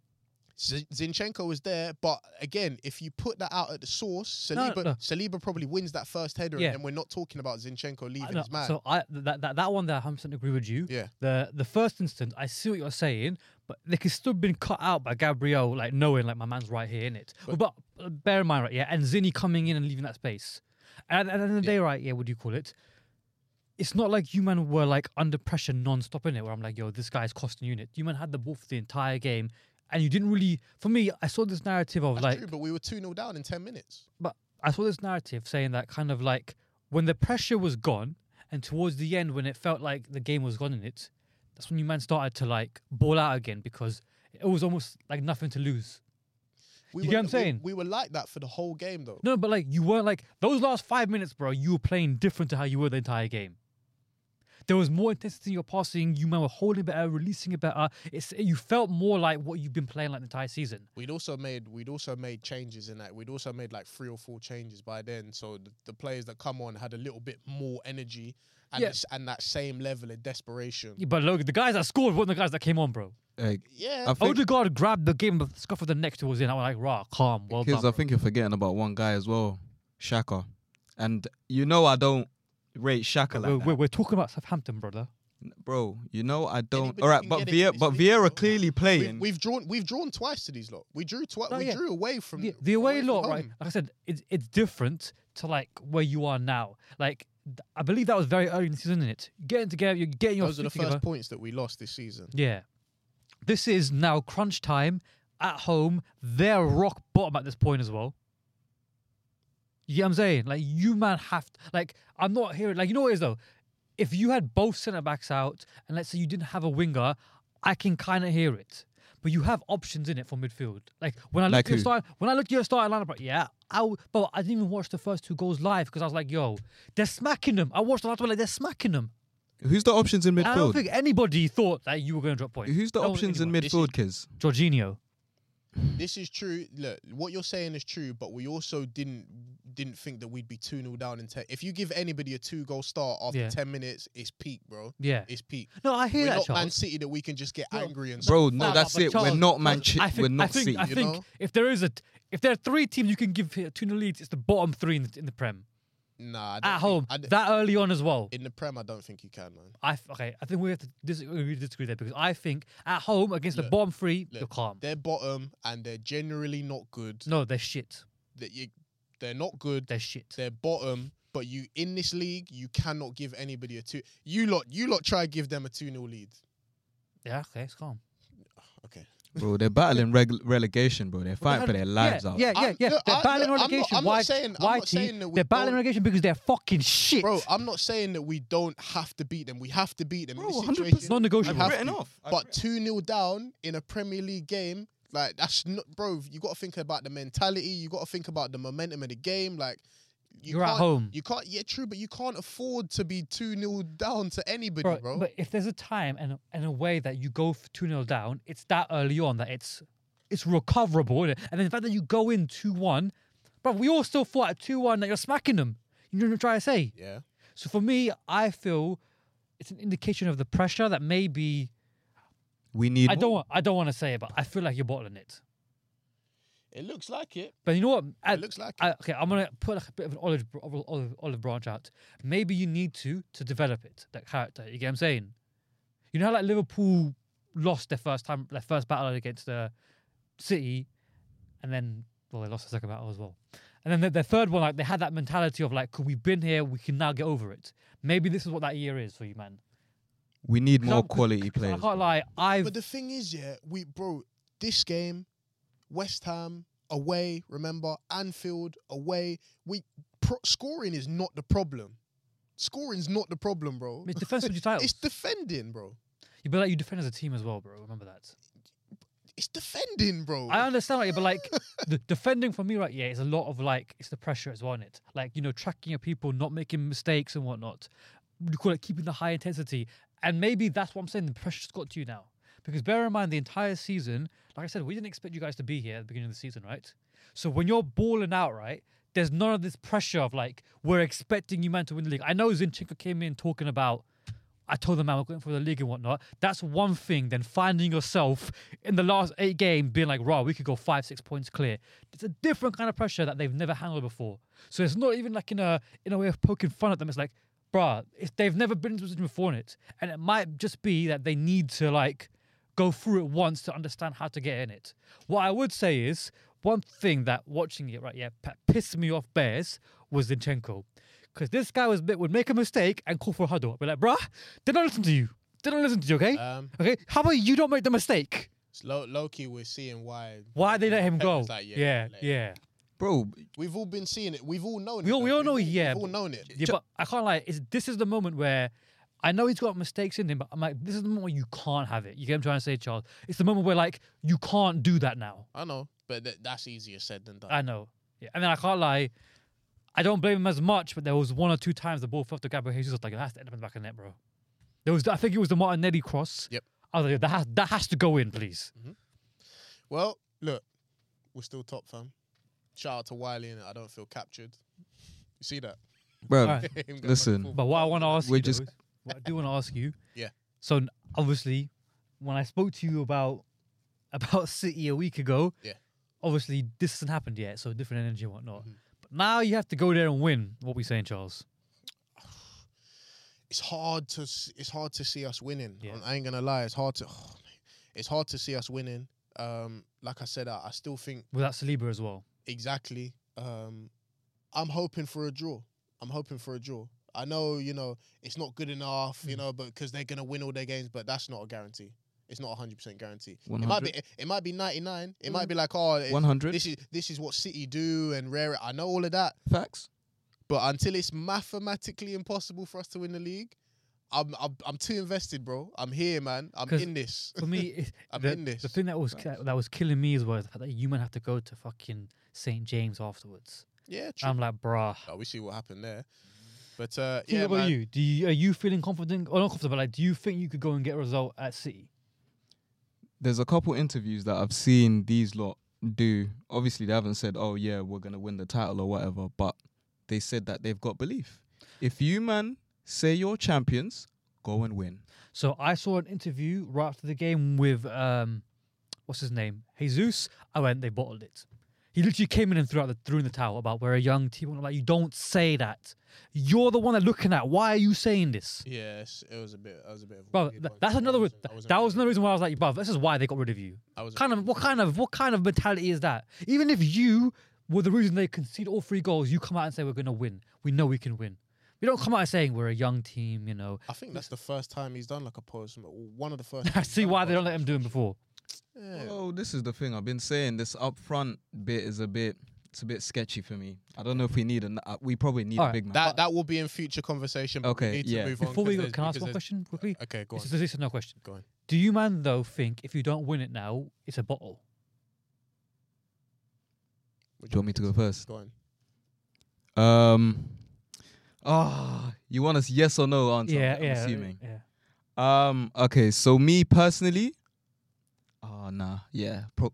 Speaker 3: Z- Zinchenko was there, but again, if you put that out at the source,
Speaker 4: No,
Speaker 3: Saliba
Speaker 4: no.
Speaker 3: Saliba probably wins that first header,
Speaker 4: Yeah.
Speaker 3: and then we're not talking about Zinchenko
Speaker 4: I
Speaker 3: leaving
Speaker 4: know,
Speaker 3: his man.
Speaker 4: So I that, that that one there, I 100 agree with you.
Speaker 3: yeah,
Speaker 4: The the first instance, I see what you're saying, but they could still been cut out by Gabriel, like knowing like my man's right here in it. But, uh, bear in mind, right, yeah, and Zinni coming in and leaving that space, and, and at the end of the day, right, yeah, what do you call it? It's not like you man were like under pressure non-stop in it, where I'm like, yo, this guy's costing unit. You man had the ball for the entire game, and you didn't really. For me, I saw this narrative of
Speaker 3: that's
Speaker 4: like,
Speaker 3: true. But we were two 0 down in ten minutes.
Speaker 4: but I saw this narrative saying that kind of like when the pressure was gone and towards the end when it felt like the game was gone in it, that's when you man started to like ball out again because it was almost like nothing to lose.
Speaker 3: We
Speaker 4: You
Speaker 3: were,
Speaker 4: get what I'm
Speaker 3: we-
Speaker 4: saying?
Speaker 3: We, were like that for the whole game, though.
Speaker 4: No, but like you weren't like those last five minutes, bro, you were playing different to how you were the entire game. There was more intensity in your passing, you man were holding better, releasing it better. It's you felt more like what you've been playing like the entire season.
Speaker 3: We'd also made we'd also made changes in that. We'd also made like three or four changes by then, so the, the players that come on had a little bit more energy and
Speaker 4: Yeah.
Speaker 3: this, and that same level of desperation.
Speaker 4: Yeah, But look, the guys that scored weren't the guys that came on, bro.
Speaker 5: Like,
Speaker 3: Yeah,
Speaker 5: I think,
Speaker 4: Odegaard grabbed the game, but scuff of the neck towards the end. I was like, rah, calm, well done.
Speaker 5: Because I think you're forgetting about one guy as well, Shaka, and you know I don't rate Shaka like
Speaker 4: we're,
Speaker 5: that.
Speaker 4: we're, we're talking about Southampton, brother.
Speaker 5: bro. You know I don't.
Speaker 3: Anybody
Speaker 5: All right,
Speaker 3: can
Speaker 5: but
Speaker 3: get it
Speaker 5: Vieira,
Speaker 3: this
Speaker 5: but
Speaker 3: week,
Speaker 5: Vieira
Speaker 3: bro.
Speaker 5: clearly
Speaker 3: we've,
Speaker 5: playing.
Speaker 3: we've drawn we've drawn twice to these lot. We drew twice.
Speaker 4: No,
Speaker 3: we
Speaker 4: Oh, yeah.
Speaker 3: drew away from
Speaker 4: The, the away
Speaker 3: from
Speaker 4: lot, right?
Speaker 3: home.
Speaker 4: Like I said, it's it's different to like where you are now. Like th- I believe that was very early in the season, is it? You're getting together, you're getting your
Speaker 3: Those are the
Speaker 4: shit together.
Speaker 3: first points that we lost this season.
Speaker 4: yeah. This is now crunch time at home. They're rock bottom at this point as well. You get what I'm saying? Like you man have to, like I'm not hearing like you know what it is though? If you had both centre backs out and let's say you didn't have a winger, I can kinda hear it. But you have options in it for midfield. Like when I look
Speaker 5: Like
Speaker 4: at your
Speaker 5: who?
Speaker 4: start when I look at your starting lineup, yeah, I w- but I didn't even watch the first two goals live because I was like, yo, they're smacking them. I watched the last one like they're smacking them.
Speaker 5: Who's the options in
Speaker 4: And I don't
Speaker 5: midfield?
Speaker 4: think anybody thought that you were going to drop points.
Speaker 5: Who's the
Speaker 4: No one-
Speaker 5: options in
Speaker 4: anyone.
Speaker 3: This is-
Speaker 5: midfield, kids?
Speaker 4: Jorginho.
Speaker 3: This is true. Look, what you're saying is true, but we also didn't didn't think that we'd be two 0 down in ten. If you give anybody a two goal start after
Speaker 4: Yeah.
Speaker 3: ten minutes, it's peak, bro.
Speaker 4: Yeah.
Speaker 3: It's peak.
Speaker 4: No, I hear
Speaker 3: We're
Speaker 4: that,
Speaker 3: not
Speaker 4: Charles.
Speaker 3: Man City that we can just get
Speaker 4: No,
Speaker 3: angry and
Speaker 5: Bro,
Speaker 3: start
Speaker 5: no,
Speaker 4: Nah,
Speaker 5: that's
Speaker 4: but
Speaker 5: it. We're
Speaker 4: Charles-
Speaker 5: not man.
Speaker 4: Charles, I think,
Speaker 5: we're
Speaker 4: I
Speaker 5: not
Speaker 4: think,
Speaker 5: City.
Speaker 4: I
Speaker 3: you
Speaker 4: think
Speaker 3: know?
Speaker 4: if there is a, t- if there are three teams you can give here two nil leads, it's the bottom three in the, in the Prem
Speaker 3: Nah, I don't
Speaker 4: at
Speaker 3: think-
Speaker 4: home
Speaker 3: I d-
Speaker 4: that early on as well.
Speaker 3: in the prem, I don't think you can, man.
Speaker 4: I f- okay, I think we have to disagree, disagree there because I think at home against the
Speaker 3: Look,
Speaker 4: bottom three,
Speaker 3: look,
Speaker 4: you're calm.
Speaker 3: They're bottom and they're generally not good.
Speaker 4: No, they're shit.
Speaker 3: That you, they're not good.
Speaker 4: They're shit.
Speaker 3: They're bottom. But you in this league, you cannot give anybody a two. You lot, you lot try give them a two 0 lead.
Speaker 4: yeah, okay, it's calm.
Speaker 3: Okay.
Speaker 5: Bro, they're battling reg- relegation, bro. They're fighting for their lives
Speaker 4: yeah,
Speaker 5: out.
Speaker 4: Yeah, yeah,
Speaker 3: I'm-
Speaker 4: yeah.
Speaker 3: look,
Speaker 4: they're
Speaker 3: I-
Speaker 4: battling
Speaker 3: look, I'm not-
Speaker 4: relegation.
Speaker 3: I'm not
Speaker 4: Why?
Speaker 3: saying- I'm
Speaker 4: why
Speaker 3: not
Speaker 4: T?
Speaker 3: saying that we
Speaker 4: They're battling
Speaker 3: don't-
Speaker 4: relegation because they're fucking shit.
Speaker 3: Bro, I'm not saying that we don't have to beat them. We have to beat them.
Speaker 5: Bro,
Speaker 3: in this
Speaker 5: 100%
Speaker 3: situation,
Speaker 4: Non-negotiable.
Speaker 3: you have
Speaker 5: Written
Speaker 3: to.
Speaker 5: off. I've
Speaker 3: But 2 0 down in a Premier League game, like, that's not, bro, you got to think about the mentality. You got to think about the momentum of the game. Like, you
Speaker 4: You're at
Speaker 3: can't-
Speaker 4: home.
Speaker 3: You can't, yeah, true, but you can't afford to be 2 0 down to anybody, bro.
Speaker 4: Bro, But if there's a time and a, and a way that you go for 2 0 down, it's that early on that it's it's recoverable. Innit? And then the fact that you go in 2 1, but we all still thought at 2 1 that you're smacking them. You know what I'm trying to say?
Speaker 3: yeah.
Speaker 4: So for me, I feel it's an indication of the pressure that maybe.
Speaker 5: We need.
Speaker 4: I don't, want, I don't want to say it, but I feel like you're bottling it.
Speaker 3: It looks like it.
Speaker 4: But you know what? I-
Speaker 3: It looks like it.
Speaker 4: I, okay, I'm gonna put like a bit of an olive, br- olive, olive- olive branch out. Maybe you need to to develop it, that character. You get what I'm saying? You know how like Liverpool lost their first time, their first battle against uh, City, and then well, they lost the second battle as well. And then their, their third one, like they had that mentality of like, could we've been here, we can now get over it. Maybe this is what that year is for you, man.
Speaker 5: We need
Speaker 4: 'Cause
Speaker 5: more
Speaker 4: I'm- 'cause-
Speaker 5: quality
Speaker 4: 'cause
Speaker 5: players.
Speaker 4: I can't lie, I've
Speaker 3: But the thing is, yeah, we, bro, this game, West Ham away, remember, Anfield away. We pro- scoring is not the problem. Scoring's not the problem, bro.
Speaker 4: it's defensive titles.
Speaker 3: It's defending, bro.
Speaker 4: you but like you defend as a team as well, bro. Remember that.
Speaker 3: It's defending, bro.
Speaker 4: I understand right, but like the defending for me right yeah is a lot of like it's the pressure as well on it. Like, you know, tracking your people, not making mistakes and whatnot. You call it keeping the high intensity. And maybe that's what I'm saying, the pressure's got to you now. Because bear in mind the entire season, like I said, we didn't expect you guys to be here at the beginning of the season, right? So when you're balling out, right, there's none of this pressure of like, we're expecting you man to win the league. I know Zinchenko came in talking about I told them man we're going for the league and whatnot. That's one thing. Then finding yourself in the last eight games being like, "Raw, we could go five, six points clear." It's a different kind of pressure that they've never handled before. So it's not even like in a in a way of poking fun at them. It's like, bruh, it's, they've never been in a position before in it, and it might just be that they need to like go through it once to understand how to get in it. What I would say is one thing that watching it right, yeah, p- pissed me off bears was Zinchenko. Because this guy was would make a mistake and call for a huddle. Be like, bruh, they don't listen to you. They don't listen to you, okay?
Speaker 3: um,
Speaker 4: okay? How about you don't make the mistake?
Speaker 3: It's low, low key, we're seeing why.
Speaker 4: Why they let him
Speaker 3: Pep
Speaker 4: go?
Speaker 3: was like,
Speaker 4: yeah,
Speaker 3: let him.
Speaker 4: yeah.
Speaker 5: Bro,
Speaker 3: We've all been seeing it. We've all known
Speaker 4: We
Speaker 3: it.
Speaker 4: all-
Speaker 3: though.
Speaker 4: we all
Speaker 3: We've
Speaker 4: know, yeah,
Speaker 3: We've all
Speaker 4: but-
Speaker 3: known it.
Speaker 4: Yeah, but I can't lie. It's, this is the moment where I know he's got mistakes in him, but I'm like, this is the moment where you can't have it. You get what I'm trying to say, Charles? It's the moment where, like, you can't do that now.
Speaker 3: I know, but th- that's easier said than done.
Speaker 4: I know. Yeah. And then I can't lie. I don't blame him as much, but there was one or two times the ball fell to Gabriel Jesus. I was like, that's the end of the back of the net, bro. There was, I think it was the Martinelli cross.
Speaker 3: Yep.
Speaker 4: I was like, that has, that has to go in, please.
Speaker 3: well, look, we're still top fam. Shout out to Wiley and I don't feel captured. You see that?
Speaker 5: bro,
Speaker 4: Alright.
Speaker 3: Him going back
Speaker 5: Listen.
Speaker 3: and forth.
Speaker 4: But what I want to ask
Speaker 5: We're
Speaker 4: you, though,
Speaker 5: just-
Speaker 4: is- what I do want to ask you,
Speaker 3: Mm. Yeah.
Speaker 4: So n- obviously, when I spoke to you about about City a week ago,
Speaker 3: Yeah. Mm-hmm.
Speaker 4: Obviously, this hasn't happened yet, so different energy and whatnot. But now you have to go there and win. What we saying, Charles?
Speaker 3: it's hard to s- it's hard to see us winning.
Speaker 4: Yeah.
Speaker 3: I ain't gonna lie, it's hard to oh, mate. it's hard to see us winning. Um, like I said, I, I still think
Speaker 4: Without Saliba as well.
Speaker 3: Exactly. Um, I'm hoping for a draw. I'm hoping for a draw.
Speaker 4: Hmm.
Speaker 3: I know, you know, it's not good enough, you know, but because they're gonna win all their games, but that's not a guarantee. It's not 100% guaranteed. It might be
Speaker 5: 100?
Speaker 3: it, it might be 99. It
Speaker 4: Hmm.
Speaker 3: might be like oh it-
Speaker 5: 100
Speaker 3: this is this is what City do and rare. I know all of that,
Speaker 5: facts.
Speaker 3: but until it's mathematically impossible for us to win the league, I'm I'm, I'm too invested, bro. I'm here, man. I'm
Speaker 4: 'Cause
Speaker 3: in this.
Speaker 4: For me, it-
Speaker 3: I'm
Speaker 4: the,
Speaker 3: in this.
Speaker 4: the thing that was ki- that was killing me as well is the fact that you might have to go to fucking St James afterwards.
Speaker 3: yeah, true.
Speaker 4: I'm like, bruh.
Speaker 3: Oh, we see what happened there. But uh,
Speaker 4: Um Think
Speaker 3: yeah,
Speaker 4: about
Speaker 3: man.
Speaker 4: you. Do you are you feeling confident or not confident? But like, do you think you could go and get a result at City?
Speaker 5: There's a couple interviews that I've seen these lot do. Obviously, they haven't said, "Oh yeah, we're gonna win the title" or whatever, but they said that they've got belief. If you man say you're champions, go and win.
Speaker 4: So I saw an interview right after the game with um, what's his name, Jesus. I went, they bottled it. He literally came in and threw out the threw in the towel about we're a young team. I'm like, you don't say that. You're the one they're looking at. Why are you saying this?
Speaker 3: Yes, it was a bit. It was a bit. Of a
Speaker 4: Bro,
Speaker 3: weird
Speaker 4: th-
Speaker 3: one.
Speaker 4: that's
Speaker 3: I
Speaker 4: another. re-
Speaker 3: wasn't- I
Speaker 4: th-
Speaker 3: wasn't
Speaker 4: that
Speaker 3: really-
Speaker 4: was another reason why I was like, "Bro, this is why they got rid of you."
Speaker 3: I wasn't
Speaker 4: Kind of, what kind of, what kind of mentality is that? Even if you were the reason they conceded all three goals, you come out and say, "We're going to win. We know we can win." We don't come out saying we're a young team, you know.
Speaker 3: I think that's the first time he's done like a post. One of the first.
Speaker 4: I
Speaker 3: times he's
Speaker 4: see
Speaker 3: done a
Speaker 4: why they don't
Speaker 3: post-
Speaker 4: let him do it before.
Speaker 3: Yeah.
Speaker 5: Oh, this is the thing. I've been saying this upfront bit is a bit. It's a bit sketchy for me. I don't know if we need an. Uh, we probably need a
Speaker 4: Alright,
Speaker 5: big man.
Speaker 3: That that will be in future conversation. But
Speaker 5: Okay,
Speaker 3: We need to
Speaker 5: yeah.
Speaker 3: Move on
Speaker 4: Before
Speaker 3: 'cause
Speaker 4: we go,
Speaker 3: there's-
Speaker 4: can I ask
Speaker 3: because
Speaker 4: one
Speaker 3: there's-
Speaker 4: question quickly?
Speaker 3: Okay, go on.
Speaker 4: This is this is no question.
Speaker 3: Go on.
Speaker 4: Do you man though think if you don't win it now, it's a bottle?
Speaker 3: Would
Speaker 5: Do you want me to go first?
Speaker 3: Go on.
Speaker 5: Um. Ah, you want us yes or no answer?
Speaker 4: yeah,
Speaker 5: I'm
Speaker 4: yeah,
Speaker 5: Assuming.
Speaker 4: yeah.
Speaker 5: Um. Okay. So me personally. Oh nah. Yeah. Pro-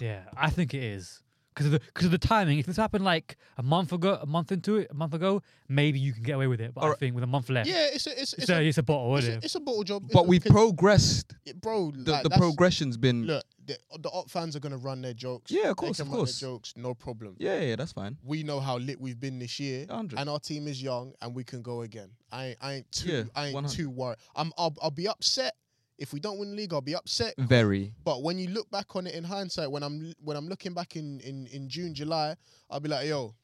Speaker 4: Yeah, I think it is because of the because of the timing. If this happened like a month ago, a month into it, a month ago, maybe you can get away with it. But I
Speaker 5: Alright.
Speaker 4: think with a month left,
Speaker 3: Yeah, it's a it's, it's,
Speaker 4: it's, a,
Speaker 3: a,
Speaker 4: it's a bottle,
Speaker 3: it's,
Speaker 4: isn't
Speaker 3: a,
Speaker 4: it?
Speaker 3: it's a bottle job.
Speaker 5: but we've
Speaker 3: pro
Speaker 5: progressed.
Speaker 3: bro.
Speaker 5: The,
Speaker 3: like,
Speaker 5: the
Speaker 3: that's-
Speaker 5: progression's been.
Speaker 3: Look, the, the op fans are gonna run their jokes.
Speaker 5: Yeah, of
Speaker 3: They
Speaker 5: course,
Speaker 3: can
Speaker 5: of
Speaker 3: run their
Speaker 5: course.
Speaker 3: jokes, no problem.
Speaker 5: Yeah. Ah. Yeah. That's fine.
Speaker 3: We know how lit we've been this year,
Speaker 5: 100.
Speaker 3: and our team is young, and we can go again. I ain't, I ain't too
Speaker 5: Yeah,
Speaker 3: I ain't
Speaker 5: 100.
Speaker 3: too worried. I'm I'll, I'll be upset if we don't win the league. I'll be upset.
Speaker 5: Mm. Very.
Speaker 3: But when you look back on it in hindsight, when I'm when I'm looking back in in, in June, July, I'll be like, yo,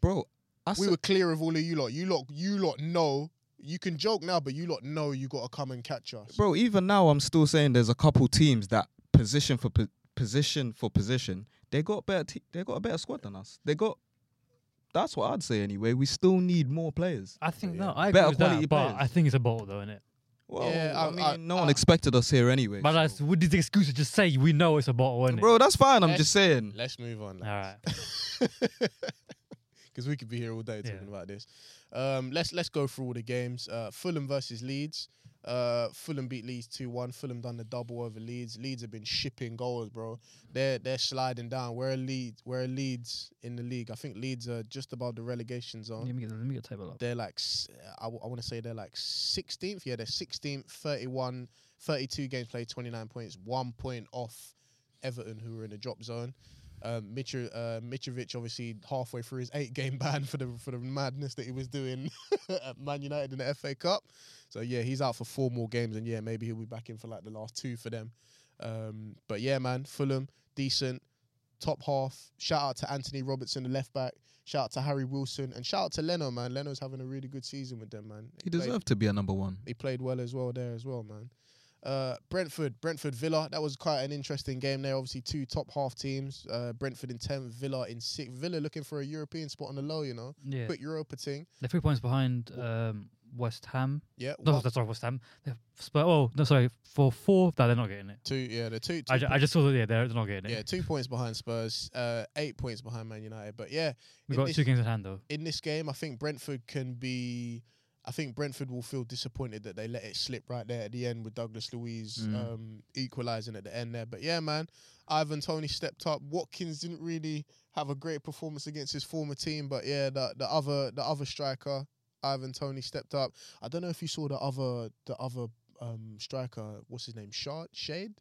Speaker 5: Bro. I
Speaker 3: we
Speaker 5: said-
Speaker 3: were clear of all of you lot. You lot, you lot know. You can joke now, but you lot know you got to come and catch us.
Speaker 5: Bro, even now, I'm still saying there's a couple teams that position for po- position for position, they got better. Te- they got a better squad than us. They got. That's what I'd say anyway. We still need more players.
Speaker 4: I think no, I agree
Speaker 5: Better
Speaker 4: with that,
Speaker 5: quality
Speaker 4: but
Speaker 5: players.
Speaker 4: I think it's a bottle though, isn't it?
Speaker 5: Well,
Speaker 3: Yeah,
Speaker 5: I,
Speaker 3: I-
Speaker 5: mean,
Speaker 3: I-
Speaker 5: no one
Speaker 3: I-
Speaker 5: expected us here anyway.
Speaker 4: But that's with these excuses, just say we know it's a bottle, isn't
Speaker 5: Bro, that's fine. I'm
Speaker 3: Let's-
Speaker 5: just saying.
Speaker 3: Let's move on.
Speaker 4: it? All right.
Speaker 3: Because we could be here all day
Speaker 4: Yeah.
Speaker 3: talking about this. Um, let's let's go through all the games. Uh, Fulham versus Leeds. Uh, Fulham beat Leeds two one. Fulham done the double over Leeds. Leeds have been shipping goals, bro. They're they're sliding down. Where are Leeds? Where are Leeds in the league? I think Leeds are just above the relegation zone.
Speaker 4: Let me get let me get the table up.
Speaker 3: They're like, s- uh, I, want to say they're like 16th. Yeah, they're 16th, 31, 32 games played, 29 points, one point off Everton, who were in the drop zone. Um, Mitro, uh, Mitrovic obviously halfway through his eight game ban for the for the madness that he was doing at Man United in the FA Cup. So yeah, he's out for four more games, and yeah, maybe he'll be back in for like the last two for them. Um, but yeah, man, Fulham decent, top half. Shout out to Anthony Robertson, the left back. Shout out to Harry Wilson, and shout out to Leno, man. Leno's having a really good season with them, man.
Speaker 5: He
Speaker 3: played-
Speaker 5: deserved to be a number one.
Speaker 3: he played well as well there as well, man. Uh, Brentford, Brentford Villa. That was quite an interesting game there. Obviously, two top half teams. Uh, Brentford in tenth, Villa in sixth. Villa looking for a European spot on the low, you know.
Speaker 4: Yeah,
Speaker 3: Quick Europa thing.
Speaker 4: they're three points behind um, West Ham.
Speaker 3: Yeah,
Speaker 4: No,
Speaker 3: one,
Speaker 4: that's sorry, West Ham. They're Spur. Oh, no, sorry, for four. No, they're not getting it.
Speaker 3: two. Yeah, the two. two
Speaker 4: I, ju- I just saw that. Yeah, they're, they're not getting it.
Speaker 3: yeah, two points behind Spurs. Uh, eight points behind Man United. But yeah,
Speaker 4: we
Speaker 3: in
Speaker 4: got
Speaker 3: this-
Speaker 4: two games in hand though.
Speaker 3: in this game, I think Brentford can be. I think Brentford will feel disappointed that they let it slip right there at the end with Douglas Louise
Speaker 5: Mm.
Speaker 3: um, equalising at the end there. But yeah, man, Ivan Tony stepped up. Watkins didn't really have a great performance against his former team, but yeah, the the other the other striker, Ivan Tony stepped up. I don't know if you saw the other the other um, striker. What's his name? Shard Shade.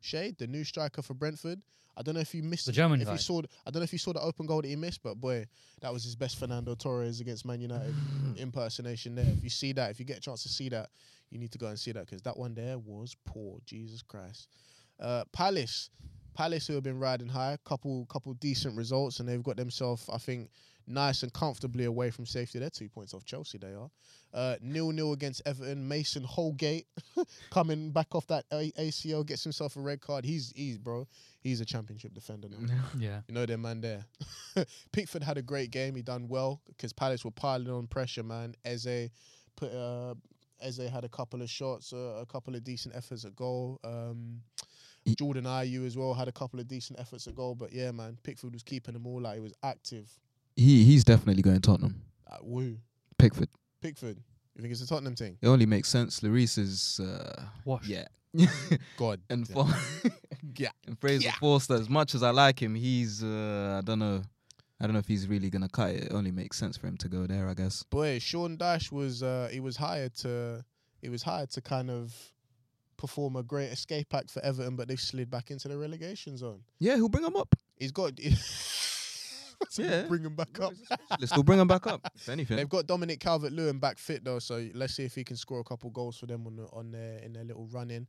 Speaker 3: Shade, the new striker for Brentford. I don't know if you missed
Speaker 4: The German
Speaker 3: if
Speaker 4: guy.
Speaker 3: you saw th- I don't know if you saw the open goal that he missed, but boy, that was his best Fernando Torres against Man United impersonation there. If you see that, if you get a chance to see that, you need to go and see that because that one there was poor. Jesus Christ. Uh, Palace, Palace who have been riding high, couple couple decent results, and they've got themselves. I think nice and comfortably away from safety. They're two points off Chelsea. They are uh, nil nil against Everton. Mason Holgate coming back off that A- ACL gets himself a red card. He's he's bro. He's a championship defender now.
Speaker 4: Yeah.
Speaker 3: You know their man there. Pickford had a great game. He done well because Palace were piling on pressure, man. Eze put uh, Eze had a couple of shots, uh, a couple of decent efforts at goal. Um,
Speaker 5: He-
Speaker 3: Jordan Ayew as well had a couple of decent efforts at goal. But yeah, man, Pickford was keeping them all. Like he was active.
Speaker 5: He he's definitely going Tottenham.
Speaker 3: Uh, woo,
Speaker 5: Pickford.
Speaker 3: Pickford. You think it's a Tottenham thing?
Speaker 5: It only makes sense. Lloris is uh,
Speaker 4: Wash.
Speaker 5: yeah,
Speaker 3: God.
Speaker 5: and
Speaker 3: damn.
Speaker 5: for
Speaker 3: Yeah.
Speaker 5: and Fraser Forster. As much as I like him, he's uh, I don't know. I don't know if he's really gonna cut it. It only makes sense for him to go there, I guess.
Speaker 3: boy, Sean Dash was uh, he was hired to he was hired to kind of perform a great escape act for Everton, but they've slid back into the relegation zone.
Speaker 5: Yeah, he'll bring him up.
Speaker 3: He's got
Speaker 5: Yeah.
Speaker 3: bring him back up.
Speaker 5: Let's still bring him back up. If anything,
Speaker 3: They've got Dominic Calvert Lewin back fit though, so let's see if he can score a couple goals for them on the, on their in their little run in.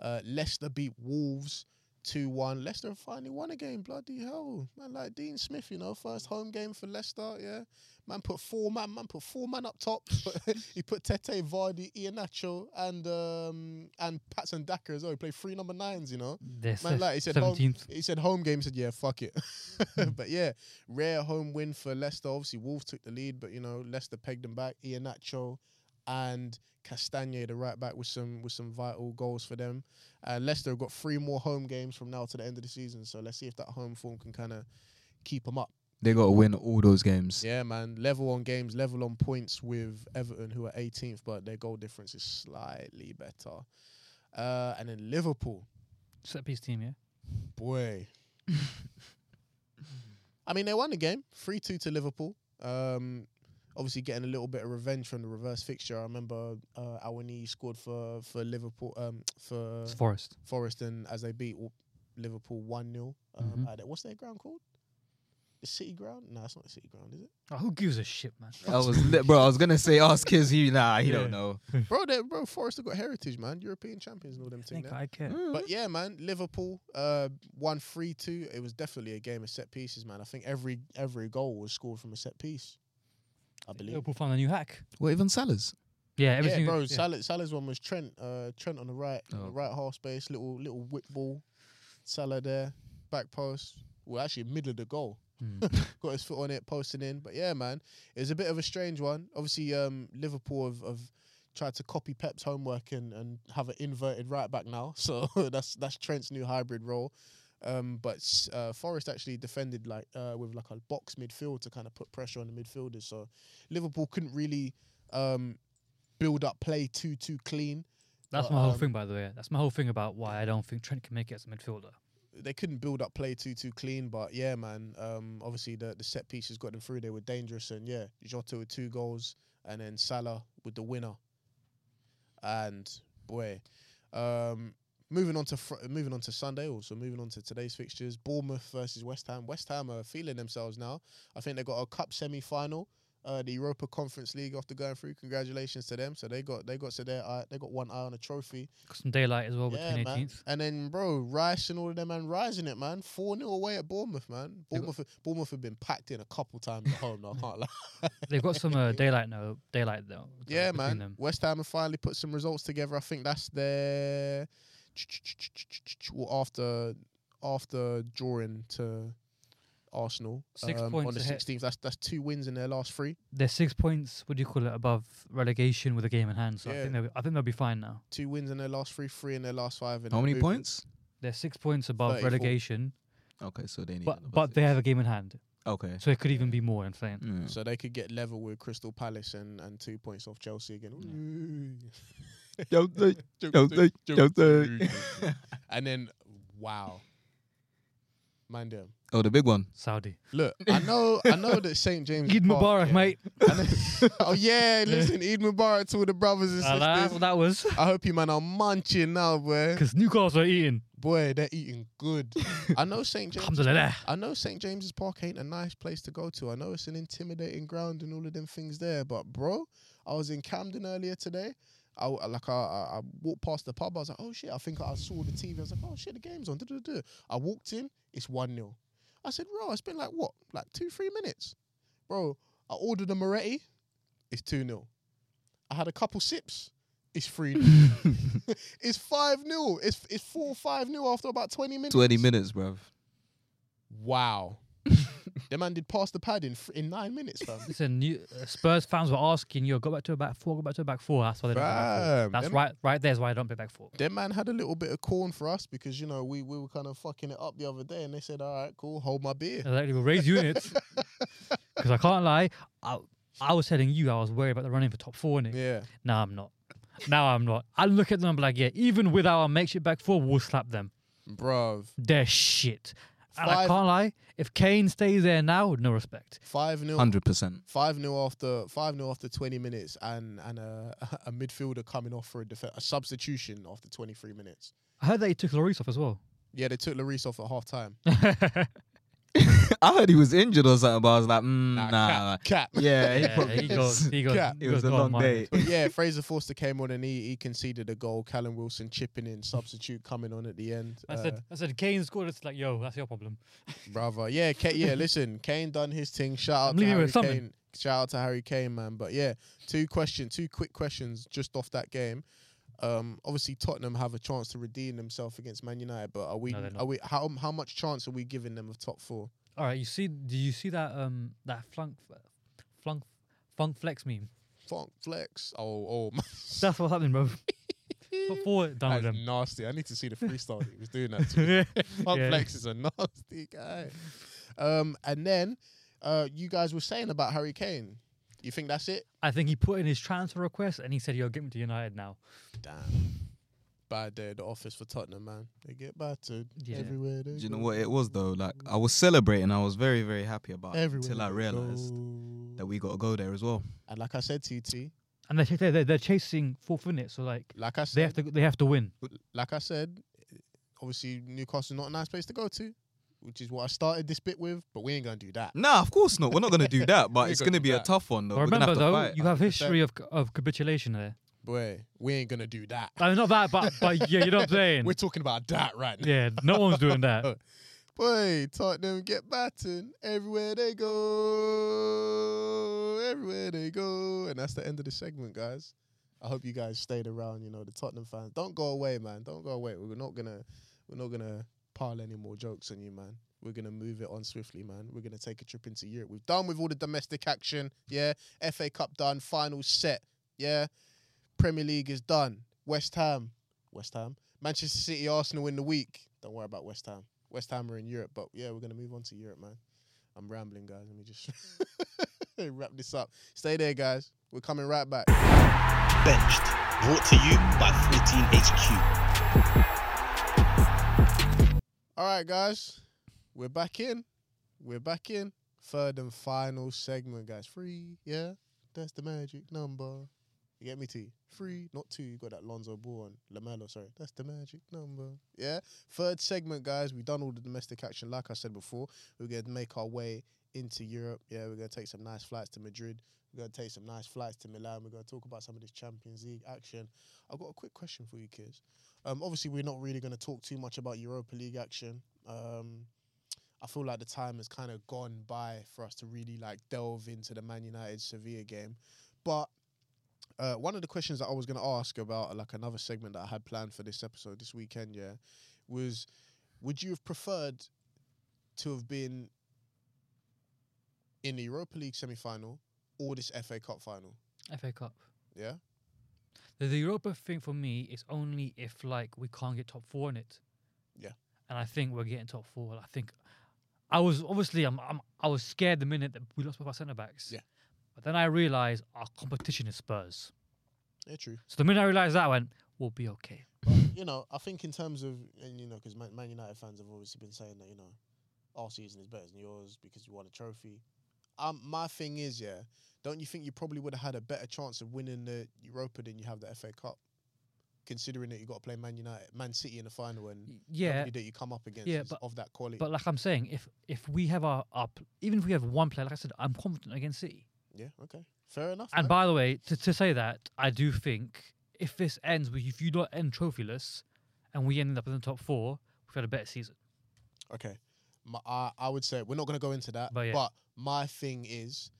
Speaker 3: Uh, Leicester beat Wolves. 2 1. Leicester have finally won a game. Bloody hell. Man, like Dean Smith, you know, first home game for Leicester, yeah. Man put four man, man put four man up top. he put Tete, Vardy, Ianacho, and um and Patson Daka as well. He played three number nines, you know.
Speaker 4: This
Speaker 3: Man,
Speaker 4: is
Speaker 3: like he said, home,
Speaker 4: 17th.
Speaker 3: he said home game. He said, yeah, fuck it. but yeah, rare home win for Leicester. Obviously, Wolves took the lead, but you know Leicester pegged them back. Iheanacho and Castagne, the right back, with some with some vital goals for them. Uh, Leicester have got three more home games from now to the end of the season, so let's see if that home form can kind of keep them up.
Speaker 5: they got to win all those games.
Speaker 3: Yeah, man. Level on games, level on points with Everton, who are 18th, but their goal difference is slightly better. Uh, and then Liverpool.
Speaker 4: Set piece team, yeah.
Speaker 3: boy. I mean, they won the game, three two to Liverpool. Um, obviously, getting a little bit of revenge from the reverse fixture. I remember uh, Awani scored for for Liverpool um, for
Speaker 4: It's Forest.
Speaker 3: Forest, and as they beat W- Liverpool one 0 um,
Speaker 5: Mhm.
Speaker 3: at their- What's their ground called? The City Ground? No, it's not the City Ground, is it?
Speaker 4: Oh, who gives a shit, man?
Speaker 5: I was li- bro. I was gonna say ask kids. He nah. He
Speaker 4: Yeah.
Speaker 5: don't know.
Speaker 3: bro, they bro, Forest have got heritage, man. European champions and all them
Speaker 4: I
Speaker 3: things.
Speaker 4: think I care.
Speaker 5: Hmm.
Speaker 3: But yeah, man, Liverpool uh, won three two. It was definitely a game of set pieces, man. I think every every goal was scored from a set piece. I believe.
Speaker 4: Liverpool found a new hack.
Speaker 5: Well, even Salah's.
Speaker 4: Yeah, everything.
Speaker 3: Yeah, bro.
Speaker 4: yeah.
Speaker 3: Salah, Salah's one was Trent. Uh, Trent on the right, on
Speaker 5: Oh.
Speaker 3: the right half space, little little whip ball. Salah there, back post. Well, actually, middle of the goal.
Speaker 4: Mm.
Speaker 3: Got his foot on it, posting in. But yeah, man, it was a bit of a strange one. Obviously, um, Liverpool have, have tried to copy Pep's homework and, and have an inverted right back now. So that's that's Trent's new hybrid role. Um, but s- uh, Forest actually defended like uh, with like a box midfield to kind of put pressure on the midfielders. So Liverpool couldn't really um, build up play too too clean.
Speaker 4: That's
Speaker 3: But,
Speaker 4: my whole
Speaker 3: um,
Speaker 4: thing, by the way. That's my whole thing about why I don't think Trent can make it as a midfielder.
Speaker 3: they couldn't build up play too too clean, but yeah, man. Um, obviously the the set pieces got them through. They were dangerous, and yeah, Jota with two goals, and then Salah with the winner. And boy, um, moving on to fr- moving on to Sunday, also moving on to today's fixtures: Bournemouth versus West Ham. West Ham are feeling themselves now. I think they got a cup semi final. Uh, the Europa Conference League after going through, congratulations to them. So they got they got to their eye, they got one eye on a trophy.
Speaker 4: Got some daylight as well between
Speaker 3: man.
Speaker 4: 18th.
Speaker 3: And then, bro, Rice and all of them, man, rising it, man. 4 0 away at Bournemouth, man.
Speaker 5: They
Speaker 3: Bournemouth, Bournemouth have been packed in a couple times at home, though, I can't lie.
Speaker 4: They've got some uh, daylight now. Daylight though. so
Speaker 3: Yeah,
Speaker 4: between
Speaker 3: man.
Speaker 4: them.
Speaker 3: West Ham have finally put some results together. I think that's their. well, after after drawing to Arsenal um,
Speaker 4: Six
Speaker 3: on
Speaker 4: points
Speaker 3: the
Speaker 4: ahead.
Speaker 3: 16th, that's, that's two wins in their last three.
Speaker 4: They're six points. What do you call it? Above relegation with a game in hand. So I
Speaker 3: Yeah.
Speaker 4: think they'll. I think they'll be fine now.
Speaker 3: Two wins in their last three, three in their last five. And
Speaker 5: How
Speaker 3: they're
Speaker 5: many
Speaker 3: moving-
Speaker 5: points?
Speaker 4: They're six points above
Speaker 3: 34.
Speaker 4: relegation,
Speaker 5: Okay, so they need.
Speaker 4: but
Speaker 5: another
Speaker 4: but they
Speaker 5: six.
Speaker 4: have a game in hand,
Speaker 5: Okay. Hmm.
Speaker 4: so it could even be more. I'm saying.
Speaker 5: Yeah.
Speaker 3: So they could get level with Crystal Palace and, and two points off Chelsea again. Ooh. And then, wow, man, damn.
Speaker 5: Oh, the big
Speaker 3: Mm.
Speaker 5: one.
Speaker 4: Saudi.
Speaker 3: Look, I know, I know that St James.
Speaker 4: Eid
Speaker 3: Park, Mm.
Speaker 4: Mubarak,
Speaker 3: yeah.
Speaker 4: mate.
Speaker 3: I know- oh yeah, listen, Eid Mubarak to all the brothers and
Speaker 4: Ah, that's what
Speaker 3: sisters.
Speaker 4: that was.
Speaker 3: I hope you man are munching now, boy.
Speaker 4: Because Newcastle are eating.
Speaker 3: Boy, they're eating good. I know St James.
Speaker 4: Alhamdulillah.
Speaker 3: I know St James's Park ain't a nice place to go to. I know it's an intimidating ground and all of them things there, but bro, I was in Camden earlier today. I w- like I, I I walked past the pub. I was like, oh shit! I think I saw the TV. I was like, oh shit, the game's on. duh-duh-duh. I walked in. It's one 0 I said, bro, it's been like what, like two three minutes. Bro, I ordered a Moretti. It's 2 0. I had a couple sips. It's 3 0. it's 5 0. It's, it's 4 5 0 after about 20 minutes.
Speaker 5: 20 minutes, bruv.
Speaker 3: Wow. the man did pass the pad in, in nine minutes, fam.
Speaker 4: Listen, you, uh, Spurs fans were asking, "Yo, go back to a back four, go back to a back four. That's why they don't. play back four.
Speaker 3: Fam,
Speaker 4: That's
Speaker 3: them-
Speaker 4: right. Right there's why I don't play back four.
Speaker 3: That man had a little bit of corn for us because you know we, we were kind of fucking it up the other day, and they said, "All right, cool, hold my beer."
Speaker 4: Exactly. We'll raise units because I can't lie. I, I was telling you I was worried about the running for top four. Innit?
Speaker 3: Yeah,
Speaker 4: Now I'm not. Now I'm not. I look at them I'm like, yeah, even with our makeshift back four, we'll slap them.
Speaker 3: bruv.
Speaker 4: They're shit. And I
Speaker 3: Five-
Speaker 4: can't lie. If Kane stays there now, no respect.
Speaker 3: Five 0
Speaker 5: 100%.
Speaker 3: five 0 after five 0 after twenty minutes, and and a, a midfielder coming off for a def- a substitution after twenty three minutes.
Speaker 4: I heard that he took Lloris off as well.
Speaker 3: Yeah, they took Lloris off at half time.
Speaker 5: I heard he was injured or something, but I was like, mm, nah.
Speaker 3: Nah,
Speaker 5: nah.
Speaker 3: Cap.
Speaker 5: Yeah, he
Speaker 4: yeah,
Speaker 5: probably
Speaker 4: he got,
Speaker 5: is.
Speaker 4: he got,
Speaker 3: Yeah,
Speaker 4: he
Speaker 5: It was a
Speaker 4: gone
Speaker 5: long
Speaker 4: minus.
Speaker 5: day.
Speaker 3: But yeah, Fraser Forster came on and he, he conceded a goal. Callum Wilson chipping in, substitute coming on at the end. Uh,
Speaker 4: I said, I said, Kane scored. It's like, yo, that's your problem.
Speaker 3: brother. Yeah, Ka- yeah. Listen, Kane done his thing. Shout out
Speaker 4: I'm
Speaker 3: to
Speaker 4: leaving
Speaker 3: Harry
Speaker 4: with something.
Speaker 3: Kane. Shout out to Harry Kane, man. But yeah, two question, two quick questions just off that game. Um, obviously Tottenham have a chance to redeem themselves against Man United, but are we?
Speaker 4: No, they're not.
Speaker 3: are we? How how much chance are we giving them of top four?
Speaker 4: All right, you see, do you see that um that flunk, flunk, funk flex meme?
Speaker 3: Funk flex. Oh oh, man.
Speaker 4: That's what's happening, bro. Top four done with
Speaker 3: That's
Speaker 4: them.
Speaker 3: nasty. I need to see the freestyle that he was doing that. To.
Speaker 4: yeah.
Speaker 3: Funk flex is a nasty guy. Um, and then, uh, you guys were saying about Harry Kane. You think that's it?
Speaker 4: I think he put in his transfer request and he said, "Yo, get me to United now."
Speaker 3: Damn. Bad day at the office for Tottenham, man. They get battered
Speaker 4: Yeah.
Speaker 3: everywhere. They
Speaker 5: Do you know
Speaker 3: go.
Speaker 5: what it was though? Like I was celebrating, I was very, very happy about it
Speaker 3: Everywhere.
Speaker 5: until I
Speaker 3: they
Speaker 5: realised
Speaker 3: go.
Speaker 5: that we gotta go there as well.
Speaker 3: And like I said, TT,
Speaker 4: And they're, they're- they're, they're chasing fourth in it, so like
Speaker 3: like I
Speaker 4: they have
Speaker 3: said,
Speaker 4: to they have to win.
Speaker 3: like I said, obviously Newcastle's not a nice place to go to, which is what I started this bit with. But we ain't gonna do that.
Speaker 5: Nah, of course not. We're not gonna do that, but
Speaker 3: We
Speaker 5: it's
Speaker 3: gotta
Speaker 5: gonna
Speaker 3: do
Speaker 5: be a
Speaker 3: that.
Speaker 5: tough one though.
Speaker 4: But
Speaker 5: We're gonna
Speaker 4: remember
Speaker 5: have to
Speaker 4: though,
Speaker 5: fight.
Speaker 4: you have
Speaker 3: 100%.
Speaker 4: history of of capitulation there.
Speaker 3: Boy, we ain't gonna do that.
Speaker 4: I mean, not that, but but Uh, yeah, you know what I'm saying.
Speaker 3: We're talking about that right now.
Speaker 4: yeah, no one's doing that.
Speaker 3: Boy, Tottenham get battered everywhere they go, everywhere they go, and that's the end of the segment, guys. I hope you guys stayed around. You know, the Tottenham fans, don't go away, man. Don't go away. We're not gonna, we're not gonna pile any more jokes on you, man. We're gonna move it on swiftly, man. We're gonna take a trip into Europe. We've done with all the domestic action, yeah. FA Cup done, final set, yeah. Premier League is done. West Ham, West Ham, Manchester City, Arsenal in the week. Don't worry about West Ham. West Ham are in Europe, but yeah, we're gonna move on to Europe, man. I'm rambling, guys. Let me just wrap this up. Stay there, guys. We're coming right back.
Speaker 2: Benched. Brought to you by 14HQ.
Speaker 3: All right, guys, we're back in. We're back in. Third and final segment, guys. Free, yeah. That's the magic number. You get me, T? Three, not two. You got that Lonzo Ball and Lamelo. Sorry, that's the magic number. Yeah. Third segment, guys. We've done all the domestic action, like I said before. We're gonna make our way into Europe. Yeah, we're gonna take some nice flights to Madrid. We're gonna take some nice flights to Milan. We're gonna talk about some of this Champions League action. I've got a quick question for you, kids. Um, obviously, we're not really going to talk too much about Europa League action. Um, I feel like the time has kind of gone by for us to really like delve into the Man United Sevilla game. But uh, one of the questions that I was going to ask about uh, like another segment that I had planned for this episode this weekend, yeah, was would you have preferred to have been in the Europa League semi final or this FA Cup final?
Speaker 4: FA Cup.
Speaker 3: Yeah,
Speaker 4: The, the Europa thing for me is only if like we can't get top four in it.
Speaker 3: Yeah.
Speaker 4: And I think we're getting top four. I think I was obviously I'm, I'm I was scared the minute that we lost both our centre backs.
Speaker 3: Yeah.
Speaker 4: But then I realised our competition is Spurs.
Speaker 3: yeah, true.
Speaker 4: So the minute I realised that, I went, we'll be okay.
Speaker 3: But, you know, I think in terms of and you know, because Man, Man United fans have obviously been saying that you know our season is better than yours because you won a trophy. Um, my thing is, yeah, don't you think you probably would have had a better chance of winning the Europa than you have the FA Cup, considering that you got to play Man United, Man City in the final, and
Speaker 4: Y- Yeah.
Speaker 3: nobody that you come up against
Speaker 4: Yeah,
Speaker 3: is
Speaker 4: but-
Speaker 3: of that quality.
Speaker 4: But like I'm saying, if if we have our up, even if we have one player, like I said, I'm confident against City.
Speaker 3: yeah, okay, fair enough.
Speaker 4: And
Speaker 3: man.
Speaker 4: by the way, to, to say that, I do think if this ends with if you don't end trophyless, and we ended up in the top four, we've had a better season.
Speaker 3: Okay. my, I, I would say we're not going to go into that.
Speaker 4: But yeah.
Speaker 3: my thing is,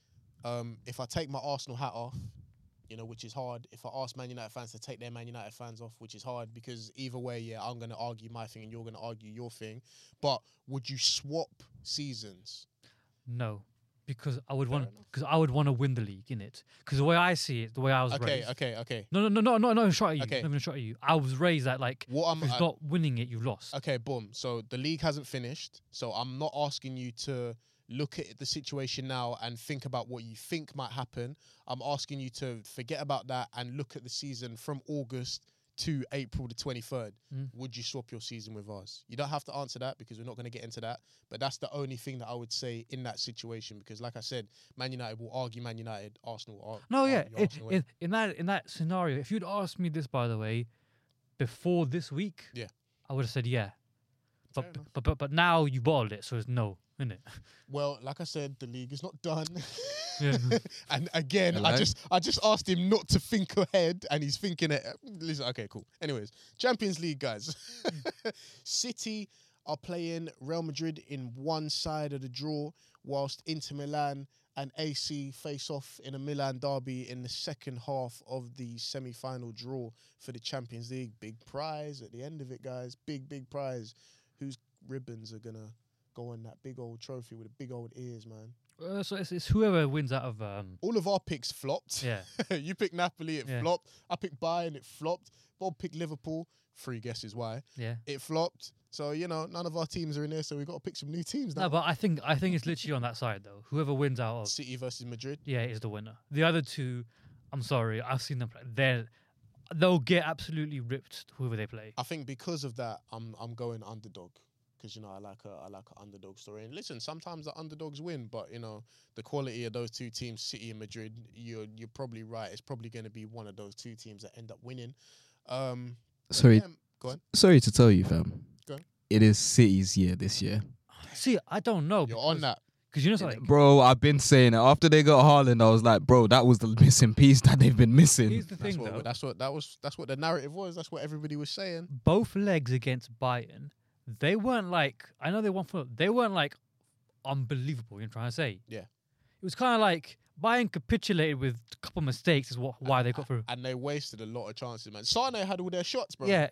Speaker 3: um, if I take my Arsenal hat off, you know, which is hard. If I ask Man United fans to take their Man United fans off, which is hard because either way, yeah, I'm going to argue my thing and you're going to argue your thing. But would you swap seasons?
Speaker 4: No, because I would
Speaker 3: Fair
Speaker 4: want
Speaker 3: enough.
Speaker 4: because I would want to win the league in it. Because the way I see it, the way I was
Speaker 3: Okay,
Speaker 4: raised.
Speaker 3: okay, okay.
Speaker 4: No, no, no, no, no, no shot at you.
Speaker 3: Okay.
Speaker 4: Not even a shot at you. I was raised that like
Speaker 3: What am
Speaker 4: if it's
Speaker 3: I-
Speaker 4: not winning it, you lost.
Speaker 3: Okay, boom. So the league hasn't finished. So I'm not asking you to look at the situation now and think about what you think might happen. I'm asking you to forget about that and look at the season from August to April the 23rd.
Speaker 4: Mm.
Speaker 3: Would you swap your season with us? You don't have to answer that because we're not going to get into that. But that's the only thing that I would say in that situation because, like I said, Man United will argue Man United, Arsenal. will ar-
Speaker 4: No, yeah.
Speaker 3: argue
Speaker 4: In,
Speaker 3: Arsenal Oh, win.
Speaker 4: in, in that in that scenario, if you'd asked me this, by the way, before this week,
Speaker 3: Yeah.
Speaker 4: I would have said yeah.
Speaker 3: Fair
Speaker 4: But,
Speaker 3: enough.
Speaker 4: but but but now you bottled it, so it's no, isn't it?
Speaker 3: Well, like I said, the league is not done.
Speaker 4: Yeah.
Speaker 3: and again, I
Speaker 5: Hello?
Speaker 3: just I just asked him not to think ahead, and he's thinking it. Listen, okay, cool. Anyways, Champions League, guys. City are playing Real Madrid in one side of the draw, whilst Inter Milan and AC face off in a Milan derby in the second half of the semi-final draw for the Champions League. Big prize at the end of it, guys. Big big prize. Whose ribbons are gonna go on that big old trophy with the big old ears, man?
Speaker 4: Uh, so it's, it's whoever wins out of um
Speaker 3: All of our picks flopped.
Speaker 4: yeah.
Speaker 3: you picked Napoli, it
Speaker 4: Yeah.
Speaker 3: flopped. I picked Bayern, it flopped. Bob picked Liverpool. Three guesses why
Speaker 4: Yeah.
Speaker 3: it flopped. So you know, none of our teams are in there. So we've got to pick some new teams now.
Speaker 4: No, but I think I think it's literally on that side though. Whoever wins out of
Speaker 3: City versus Madrid.
Speaker 4: yeah is the winner. The other two, I'm sorry, I've seen them play. They they'll get absolutely ripped whoever they play.
Speaker 3: I think because of that, I'm I'm going underdog because you know I like a I like an underdog story. And listen, sometimes the underdogs win, but you know the quality of those two teams, City and Madrid, you're you're probably right. It's probably going to be one of those two teams that end up winning. Um, but
Speaker 5: Sorry.
Speaker 3: yeah, go on.
Speaker 5: Sorry to tell you, fam.
Speaker 3: Go.
Speaker 5: It is City's year this year.
Speaker 4: See, I don't know.
Speaker 3: You're on that.
Speaker 4: because you know something.
Speaker 5: Bro, I've been saying it. After they got Haaland, I was like, bro, that was the missing piece that they've been missing.
Speaker 4: Here's the
Speaker 3: That's
Speaker 4: thing though.
Speaker 3: what, that's what that was. That's what the narrative was. That's what everybody was saying.
Speaker 4: both legs against Bayern, they weren't like I know they won for they weren't like unbelievable. You know what I'm trying to say?
Speaker 3: Yeah.
Speaker 4: It was kind of like Bayern capitulated with a couple mistakes is what why they got through.
Speaker 3: and they wasted a lot of chances, man. Sane had all their shots, bro.
Speaker 4: yeah.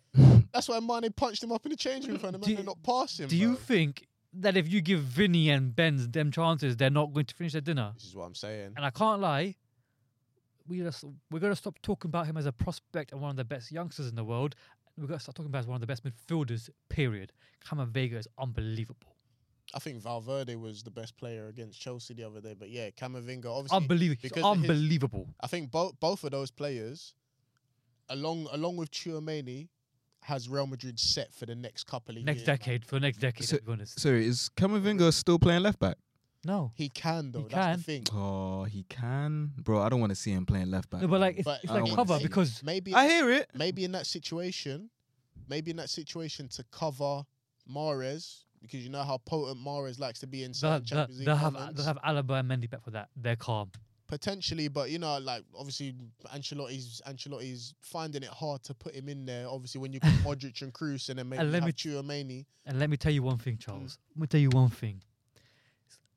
Speaker 3: That's why Mane punched him up in the change room, fam. The
Speaker 4: Do-
Speaker 3: man did not pass him.
Speaker 4: Do you
Speaker 3: bro.
Speaker 4: think that if you give Vinny and Benz them chances, they're not going to finish their dinner?
Speaker 3: This is what I'm saying.
Speaker 4: And I can't lie. We just, we're going to stop talking about him as a prospect and one of the best youngsters in the world. We've got to start talking about him as one of the best midfielders, period. Vega is unbelievable.
Speaker 3: I think Valverde was the best player against Chelsea the other day, but yeah, Camavinga obviously.
Speaker 4: Unbelievable. He's
Speaker 3: because of his-
Speaker 4: unbelievable.
Speaker 3: I think both both of those players, along along with Chouameni, has Real Madrid set for the next couple of
Speaker 4: next
Speaker 3: years. man.
Speaker 4: decade for the next decade.
Speaker 5: So-
Speaker 4: to be honest,
Speaker 5: Sorry, is Camavinga still playing left back?
Speaker 4: no.
Speaker 3: He can though.
Speaker 4: He
Speaker 3: that's
Speaker 4: can.
Speaker 3: the thing.
Speaker 5: Oh, he can. Bro, I don't want to see him playing left back.
Speaker 4: no, but like it's,
Speaker 3: But
Speaker 4: it's
Speaker 5: I
Speaker 4: like
Speaker 5: don't
Speaker 4: cover
Speaker 5: wanna see it.
Speaker 4: because
Speaker 3: Maybe
Speaker 5: I hear it.
Speaker 3: maybe in that situation, maybe in that situation to cover Mares because you know how potent Mares likes to be in
Speaker 4: they'll,
Speaker 3: certain
Speaker 4: have- they'll,
Speaker 3: Champions League
Speaker 4: they'll have
Speaker 3: moments.
Speaker 4: they'll have Alaba and Mendy back for that. They're calm.
Speaker 3: potentially, but you know, like obviously Ancelotti's Ancelotti's finding it hard to put him in there. Obviously, when you got Modric and Cruz, and then maybe
Speaker 4: And
Speaker 3: you
Speaker 4: let
Speaker 3: have
Speaker 4: me-
Speaker 3: Tchouameni.
Speaker 4: And let me tell you one thing,
Speaker 3: Mm.
Speaker 4: Charles. Let me tell you one thing.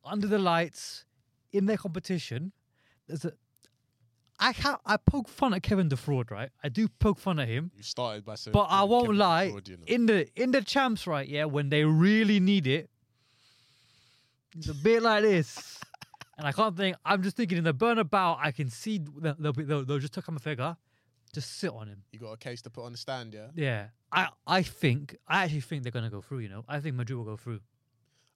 Speaker 4: Under the lights, in their competition, there's a. I ha- I poke fun at Kevin DeFraud, right? I do poke fun at him,
Speaker 3: You started by saying,
Speaker 4: but I won't lie. In the in the champs, right? Yeah, when they really need it, it's a bit like this. And I can't think. I'm just thinking in the Bernabeu, I can see they'll they'll, be, they'll, they'll just take him a figure, just sit on him.
Speaker 3: you got a case to put on the stand, yeah.
Speaker 4: Yeah, I I think I actually think they're gonna go through. You know, I think Madrid will go through.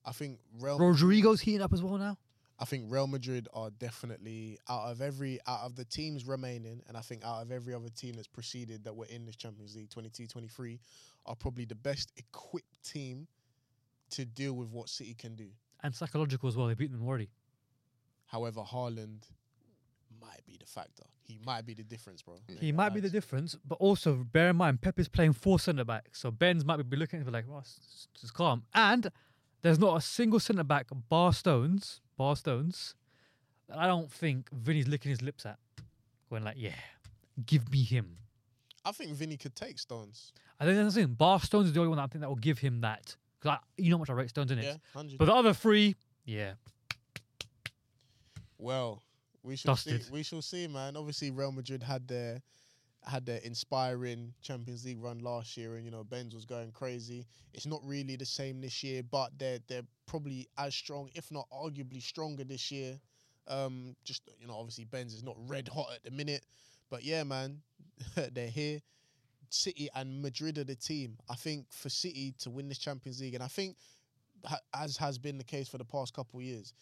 Speaker 3: I think Real.
Speaker 4: Rodrigo's heating up as well now.
Speaker 3: I think Real Madrid are definitely out of every out of the teams remaining, and I think out of every other team that's proceeded that were in this Champions League 22-23, are probably the best equipped team to deal with what City can do.
Speaker 4: and psychological as well. They beat them already.
Speaker 3: However, Haaland might be the factor. He might be the difference, bro.
Speaker 4: He might be the difference, but also bear in mind Pep is playing four centre backs, so Benz might be looking at it like, "Oh, s- s- just calm." And there's not a single centre back bar Stones, bar Stones. that I don't think Vinny's licking his lips at, going like, "Yeah, give me him."
Speaker 3: I think Vinny could take stones.
Speaker 4: I think that's the thing. Bar Stones is the only one that I think that will give him that Because you know how much I rate Stones in it.
Speaker 3: Yeah, hundred.
Speaker 4: But the other three, yeah,
Speaker 3: Well, we shall see.
Speaker 4: Dusted.
Speaker 3: We shall see, man. Obviously, Real Madrid had their had their inspiring Champions League run last year, and you know Benz was going crazy. It's not really the same this year, but they're they're probably as strong, if not arguably stronger this year. Um, just you know, obviously Benz is not red hot at the minute, but yeah, man, they're here. City and Madrid are the team. I think for City to win this Champions League, and I think ha- as has been the case for the past couple of years,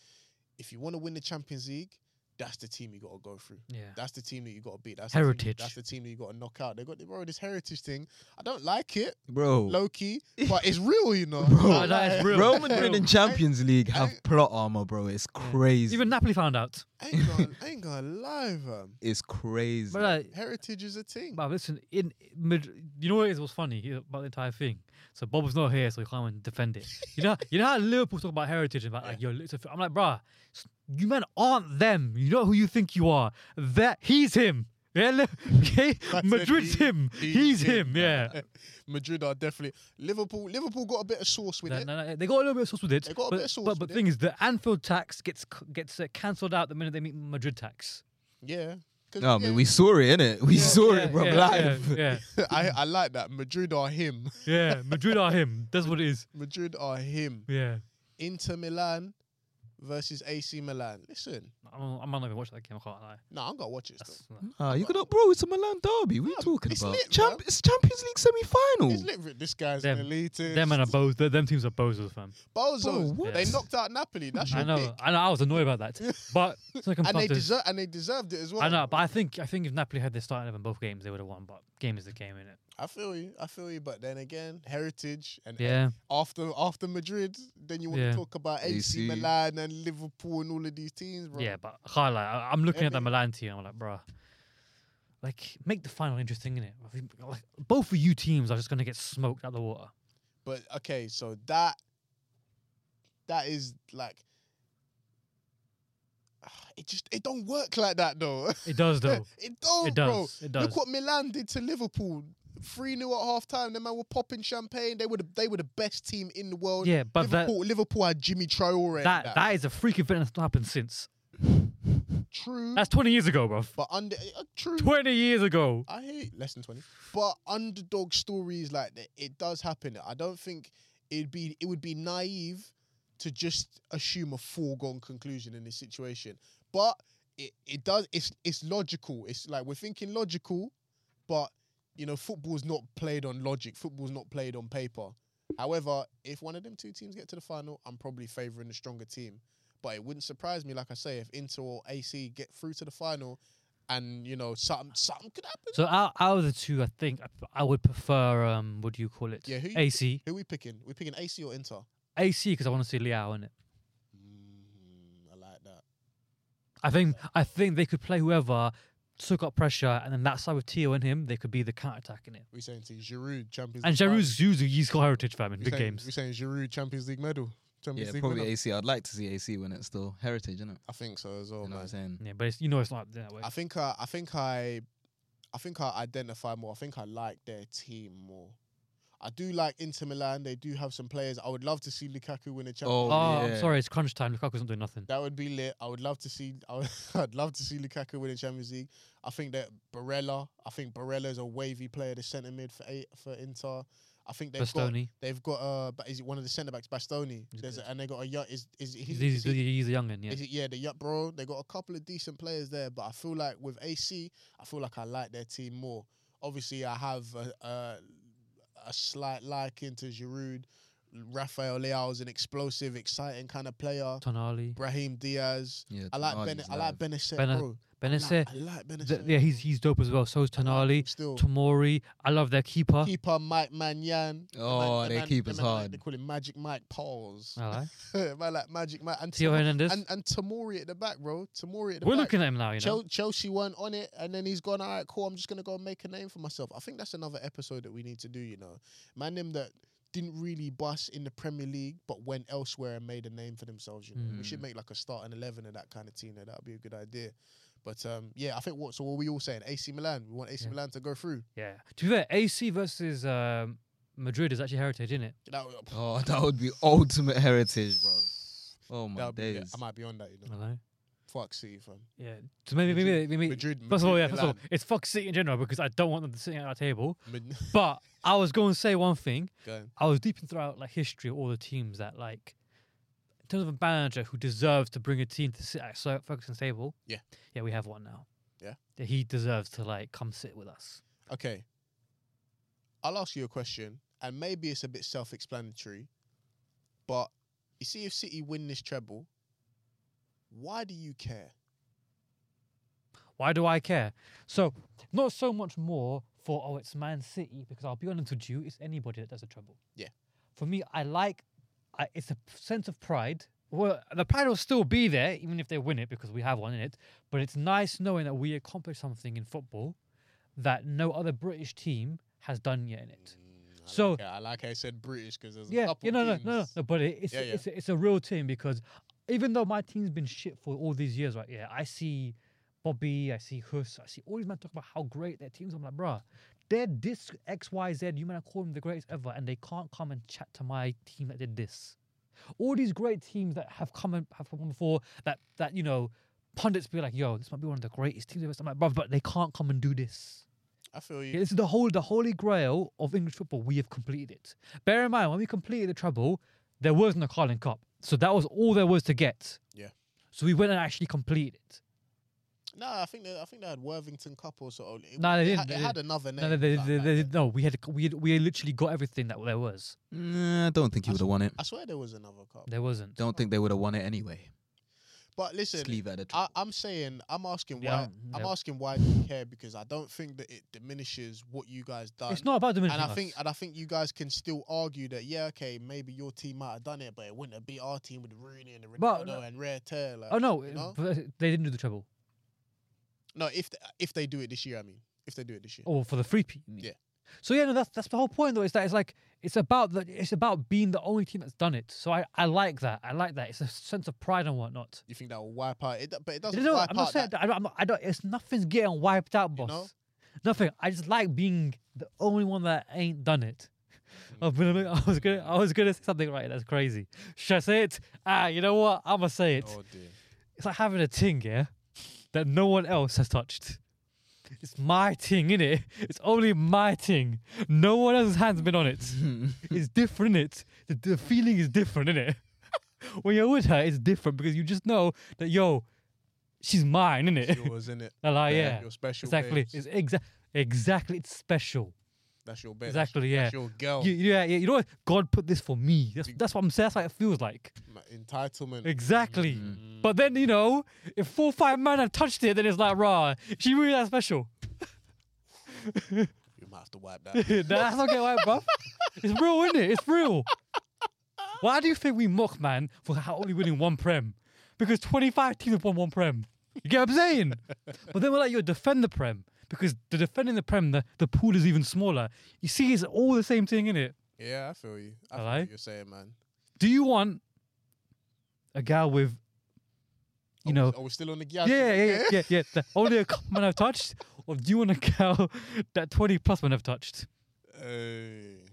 Speaker 3: if you want to win the Champions League, that's the team you got to go through.
Speaker 4: yeah.
Speaker 3: That's the team that you got to beat. That's the team-
Speaker 4: Heritage.
Speaker 3: that's the team that you got to knock out. They got bro this heritage thing. I don't like it,
Speaker 5: bro.
Speaker 3: low key, but it's real, you know.
Speaker 5: Bro.
Speaker 4: No, that is real.
Speaker 5: Real Madrid in Champions League have
Speaker 3: I-
Speaker 5: plot armor, bro. It's crazy.
Speaker 4: Even Napoli found out.
Speaker 3: I ain't gonna, I ain't gonna lie, man.
Speaker 5: it's crazy.
Speaker 4: But like,
Speaker 3: Heritage is a team.
Speaker 4: But listen, in mid, you know what is what's funny about the entire thing. So Bob was not here, so he can't even defend it. You know, you know how Liverpool talk about heritage and about like yo, it's a f-" I'm like, bruh, s- you men aren't them. You know who you think you are. That he's him. Yeah, li- okay?
Speaker 3: That's it.
Speaker 4: Madrid's
Speaker 3: He-
Speaker 4: him.
Speaker 3: he's
Speaker 4: He's
Speaker 3: him.
Speaker 4: him. Yeah.
Speaker 3: Madrid are definitely Liverpool. Liverpool got a bit of sauce with
Speaker 4: No,
Speaker 3: it.
Speaker 4: no, no, they got a little bit of sauce with it.
Speaker 3: They got a
Speaker 4: but,
Speaker 3: bit of sauce
Speaker 4: But, but
Speaker 3: with
Speaker 4: the
Speaker 3: it.
Speaker 4: thing is, the Anfield tax gets c- gets uh, cancelled out the minute they meet Madrid tax.
Speaker 3: Yeah. 'Cause,
Speaker 5: no, I mean
Speaker 3: yeah,
Speaker 5: we saw it innit? We saw
Speaker 4: yeah,
Speaker 5: it, bro,
Speaker 4: yeah,
Speaker 5: live.
Speaker 4: Yeah, yeah,
Speaker 3: I, I like that. Madrid are him.
Speaker 4: yeah. Madrid are him. That's what it is.
Speaker 3: Madrid are him.
Speaker 4: Yeah.
Speaker 3: Inter Milan versus AC Milan. Listen,
Speaker 4: I'm, I'm not even watch that game. I can't lie.
Speaker 3: no, I'm gonna watch it. Still.
Speaker 4: That's,
Speaker 5: Ah, you could, bro. It's a Milan derby. What are you talking
Speaker 3: it's
Speaker 5: about?
Speaker 3: lit,
Speaker 5: Champ-
Speaker 3: bro.
Speaker 5: it's Champions League semi-final.
Speaker 3: It's literally this guy's
Speaker 4: Them-
Speaker 3: an elitist.
Speaker 4: Them and a bozo. th- Them teams are bozos, fam.
Speaker 5: Bro,
Speaker 3: Bozos.
Speaker 5: what?
Speaker 3: They knocked out Napoli. That's your
Speaker 4: I know.
Speaker 3: pick.
Speaker 4: I know. I was annoyed about that, but
Speaker 3: And they
Speaker 4: circumstances.
Speaker 3: deserve and they deserved it as well.
Speaker 4: I know, but I think I think if Napoli had their starting eleven both games, they would have won. But game is the game, innit?
Speaker 3: I feel you. I feel you. But then again, heritage and
Speaker 4: Yeah.
Speaker 3: after after Madrid, then you want
Speaker 4: Yeah.
Speaker 3: to talk about AC
Speaker 5: AC.
Speaker 3: Milan and Liverpool and all of these teams, bro.
Speaker 4: Yeah, but highlight. I, I'm looking at that
Speaker 3: Every-
Speaker 4: Milan team. I'm like, bruh, like make the final interesting, innit? I think, Like both of you teams are just gonna get smoked out the water.
Speaker 3: But okay, so that that is like it just it don't work like that though.
Speaker 4: It does though.
Speaker 3: it don't, Oh,
Speaker 4: it
Speaker 3: bro.
Speaker 4: does. It does.
Speaker 3: Look what Milan did to Liverpool. 3 0 at half time. Them man were popping champagne. They were the, they were the best team in the world.
Speaker 4: yeah, but that,
Speaker 3: Liverpool, Liverpool had Jimmy Traore. and
Speaker 4: that that is a freak event that's not happened since.
Speaker 3: true.
Speaker 4: That's 20 years ago, bruv.
Speaker 3: but under uh, true.
Speaker 4: 20 years ago.
Speaker 3: I hear you, less than twenty. But underdog stories like that, it does happen. I don't think it'd be it would be naive to just assume a foregone conclusion in this situation. But it, it does it's it's logical. It's like we're thinking logical, but you know, football's not played on logic. Football's not played on paper. However, if one of them two teams get to the final, I'm probably favouring the stronger team. But it wouldn't surprise me, like I say, if Inter or AC get through to the final, and you know something something could happen.
Speaker 4: So out, out of the two, I think I, I would prefer. Um, what do you call it?
Speaker 3: Yeah, who you-
Speaker 4: AC.
Speaker 3: Who we picking? We picking AC or Inter?
Speaker 4: AC because I want to see Liao in it.
Speaker 3: Mm, I like that.
Speaker 4: I think I think they could play whoever took up pressure, and then that side with Tio and him, they could be the counter attack in it.
Speaker 3: We saying to Giroud Champions
Speaker 4: And
Speaker 3: League final.
Speaker 4: Giroud's using he's got heritage fam in
Speaker 3: We
Speaker 4: big
Speaker 3: saying,
Speaker 4: games.
Speaker 3: We saying Giroud Champions League medal. Champions
Speaker 5: Yeah,
Speaker 3: League
Speaker 5: probably
Speaker 3: winner.
Speaker 5: AC. I'd like to see AC when it's still heritage, innit?
Speaker 3: I think so as
Speaker 5: You
Speaker 3: well,
Speaker 5: know what
Speaker 3: Oh, man. Mm.
Speaker 5: I'm saying?
Speaker 4: Yeah, but it's, you know it's not that way.
Speaker 3: I think I, I think I, I think I identify more. I think I like their team more. I do like Inter Milan. They do have some players. I would love to see Lukaku win a Champions.
Speaker 5: Oh,
Speaker 4: Oh, I'm
Speaker 5: yeah.
Speaker 4: sorry, it's crunch time. Lukaku's not doing nothing.
Speaker 3: That would be lit. I would love to see. I would, I'd love to see Lukaku win the Champions League. I think that Barella. I think Barella is a wavy player, the centre mid for eight, for Inter. I think they've got
Speaker 4: Bastoni,
Speaker 3: they've got uh ba- is it one of the centre backs Bastoni?
Speaker 4: He's
Speaker 3: There's
Speaker 4: good.
Speaker 3: a, and they got a young is is, he-
Speaker 4: he's,
Speaker 3: is,
Speaker 4: he's,
Speaker 3: he-
Speaker 4: he's a youngin. Yeah,
Speaker 3: is it, yeah, the yeah, bro. They got a couple of decent players there, but I feel like with AC, I feel like I like their team more. Obviously, I have a, a, a slight liking to Giroud. Rafael Leao is an explosive, exciting kind of player.
Speaker 4: Tonali,
Speaker 3: Brahim Diaz.
Speaker 5: Yeah,
Speaker 3: I like
Speaker 5: Tonali's
Speaker 3: ben- I
Speaker 5: live.
Speaker 3: like Benicet,
Speaker 4: Bene-
Speaker 3: bro.
Speaker 4: Benesse.
Speaker 3: I like, I like
Speaker 4: th-
Speaker 3: Benicet.
Speaker 4: yeah, he's he's dope as well. So is
Speaker 3: I like him
Speaker 4: Tonali,
Speaker 3: Still,
Speaker 4: Tomori. I love their keeper.
Speaker 3: keeper Mike Manyan. The
Speaker 5: Oh,
Speaker 3: the
Speaker 5: their keeper's
Speaker 3: the man-
Speaker 5: hard.
Speaker 3: They call him Magic Mike Pauls.
Speaker 4: I like.
Speaker 3: I like Magic Mike and,
Speaker 4: Tio
Speaker 3: Tam-
Speaker 4: Ah. Hernandez.
Speaker 3: and and Tamori at the back, bro. Tamori at the
Speaker 4: We're
Speaker 3: back.
Speaker 4: looking at him now, you know.
Speaker 3: Chel- Chelsea weren't on it, and then he's gone. All right, cool. I'm just gonna go and make a name for myself. I think that's another episode that we need to do. You know, man, them that didn't really bust in the Premier League, but went elsewhere and made a name for themselves. You know, we should
Speaker 5: Mm.
Speaker 3: make like a starting eleven of that kind of team. There, that'd be a good idea. But um, yeah, I think what so what are we all saying? AC Milan. We want AC
Speaker 4: Yeah.
Speaker 3: Milan to go through.
Speaker 4: Yeah. To be fair, AC versus um, Madrid is actually heritage, isn't it?
Speaker 3: That would,
Speaker 5: Oh, that would be ultimate heritage, bro. Oh my
Speaker 3: that would be,
Speaker 5: days.
Speaker 3: I might be on that, you know.
Speaker 4: Hello.
Speaker 3: Fuck City, fam.
Speaker 4: Yeah. So maybe maybe, maybe, maybe
Speaker 3: Madrid,
Speaker 4: First of all, yeah.
Speaker 3: Madrid,
Speaker 4: First of all,
Speaker 3: Milan.
Speaker 4: it's fuck City in general because I don't want them to sit at our table.
Speaker 3: Mid-
Speaker 4: But I was going to say one thing.
Speaker 3: Go on.
Speaker 4: I was deeping throughout like history of all the teams that like, in terms of a manager who deserves to bring a team to sit at Sir Ferguson's table.
Speaker 3: Yeah.
Speaker 4: Yeah, we have one now.
Speaker 3: Yeah.
Speaker 4: That he deserves to like come sit with us.
Speaker 3: Okay. I'll ask you a question, and maybe it's a bit self explanatory, but you see, if City win this treble, why do you care?
Speaker 4: Why do I care? So not so much more for oh it's Man City because I'll be honest with you, it's anybody that does a treble.
Speaker 3: Yeah.
Speaker 4: For me, I like I, it's a p- sense of pride. Well, the pride will still be there even if they win it because we have one in it. But it's nice knowing that we accomplished something in football that no other British team has done yet in it.
Speaker 3: I
Speaker 4: So-
Speaker 3: like, I like I said British because there's a
Speaker 4: Yeah,
Speaker 3: couple
Speaker 4: yeah, no, no,
Speaker 3: teams.
Speaker 4: no, no, no, but it, it's
Speaker 3: Yeah, yeah.
Speaker 4: it's it's a real team because even though my team's been shit for all these years, right? Yeah, I see Bobby, I see Huss, I see all these men talk about how great their teams. I'm like, bruh, they're this X Y Z. You might call them the greatest ever, and they can't come and chat to my team that did this. All these great teams that have come and have come before that that you know pundits be like, yo, this might be one of the greatest teams ever. I'm like, bruh, but they can't come and do this.
Speaker 3: I feel
Speaker 4: Yeah,
Speaker 3: you.
Speaker 4: this is the whole the holy grail of English football. We have completed it. Bear in mind, when we completed the treble, there was no Carling Cup, so that was all there was to get.
Speaker 3: Yeah.
Speaker 4: So we went and actually completed it.
Speaker 3: No, I think they, I think they had Worthington Cup or so. It,
Speaker 4: No, they
Speaker 3: it
Speaker 4: didn't,
Speaker 3: ha-
Speaker 4: they
Speaker 3: It had
Speaker 4: didn't.
Speaker 3: another name.
Speaker 4: No, no, they,
Speaker 3: like
Speaker 4: they,
Speaker 3: that,
Speaker 4: they-
Speaker 3: yeah.
Speaker 4: no, we had we had we had literally got everything that there was.
Speaker 5: Nah, I don't think he would have won it.
Speaker 3: I swear there was another cup.
Speaker 4: There wasn't.
Speaker 5: Don't think they would have won it anyway.
Speaker 3: But listen,
Speaker 5: Just leave it at a
Speaker 3: I, I'm saying I'm asking why
Speaker 4: Yeah,
Speaker 3: I'm
Speaker 4: yeah.
Speaker 3: asking why do you care because I don't think that it diminishes what you guys done.
Speaker 4: It's not about diminishing
Speaker 3: Uh, and I
Speaker 4: us.
Speaker 3: think and I think you guys can still argue that yeah, okay, maybe your team might have done it, but it wouldn't have beat our team with Rooney and
Speaker 4: But-
Speaker 3: Ronaldo and Rare Tear. Like,
Speaker 4: oh no,
Speaker 3: you know?
Speaker 4: but they didn't do the treble.
Speaker 3: no, if th- if they do it this year, I mean, if they do it this year,
Speaker 4: Or for the free P.
Speaker 3: Yeah.
Speaker 4: So yeah, no, that's that's the whole point though. Is that it's like it's about the it's about being the only team that's done it. So I I like that. I like that. It's a sense of pride and whatnot.
Speaker 3: you think that will wipe out it, but it doesn't
Speaker 4: No,
Speaker 3: wipe
Speaker 4: I'm
Speaker 3: out
Speaker 4: not saying
Speaker 3: that-
Speaker 4: that. I don't, I'm not, I don't. It's nothing's getting wiped out, boss.
Speaker 3: know?
Speaker 4: Nothing. I just like being the only one that ain't done it.
Speaker 3: Mm.
Speaker 4: I've been a bit- I was gonna. I was gonna say something right. That's crazy. Should I say it? Ah, you know what? I'ma say it.
Speaker 3: Oh dear.
Speaker 4: It's like having a ting, yeah, that no one else has touched. It's my ting, innit? It's only my ting. No one else's hand's been on it. it's different, innit? The, the feeling is different, innit? when you're with her, it's different because you just know that, yo, she's mine,
Speaker 3: It's
Speaker 4: innit?
Speaker 3: yours, innit?
Speaker 4: They're like, yeah,
Speaker 3: Your special
Speaker 4: exactly.
Speaker 3: babes.
Speaker 4: It's exa- exactly, it's special.
Speaker 3: That's your babe.
Speaker 4: exactly,
Speaker 3: That's,
Speaker 4: yeah.
Speaker 3: that's your girl.
Speaker 4: You, yeah, yeah. You know what? God put this for me. That's, that's what I'm saying. That's what it feels like.
Speaker 3: Ma- Entitlement.
Speaker 4: Exactly.
Speaker 3: Mm.
Speaker 4: But then, you know, if four five men have touched it, then it's like, rah, she really that special.
Speaker 3: You might have to wipe that.
Speaker 4: Nah, That's not getting right, bruv. It's real, isn't it? It's real. Why do you think we mock, man, for how only winning one Prem? Because 25 teams have won one Prem. You get what I'm saying? But then we're like, yo, defend the Prem. Because the defending the Prem, the, the pool is even smaller. You see, it's all the same thing, innit?
Speaker 3: yeah, I feel you. I feel
Speaker 4: Hello?
Speaker 3: what you're saying, man.
Speaker 4: Do you want a gal with, you know,
Speaker 3: Are we still on the gas?
Speaker 4: Yeah, yeah, yeah, yeah, yeah. The only a couple men have touched, or do you want to count that 20 plus men have touched?
Speaker 3: Uh,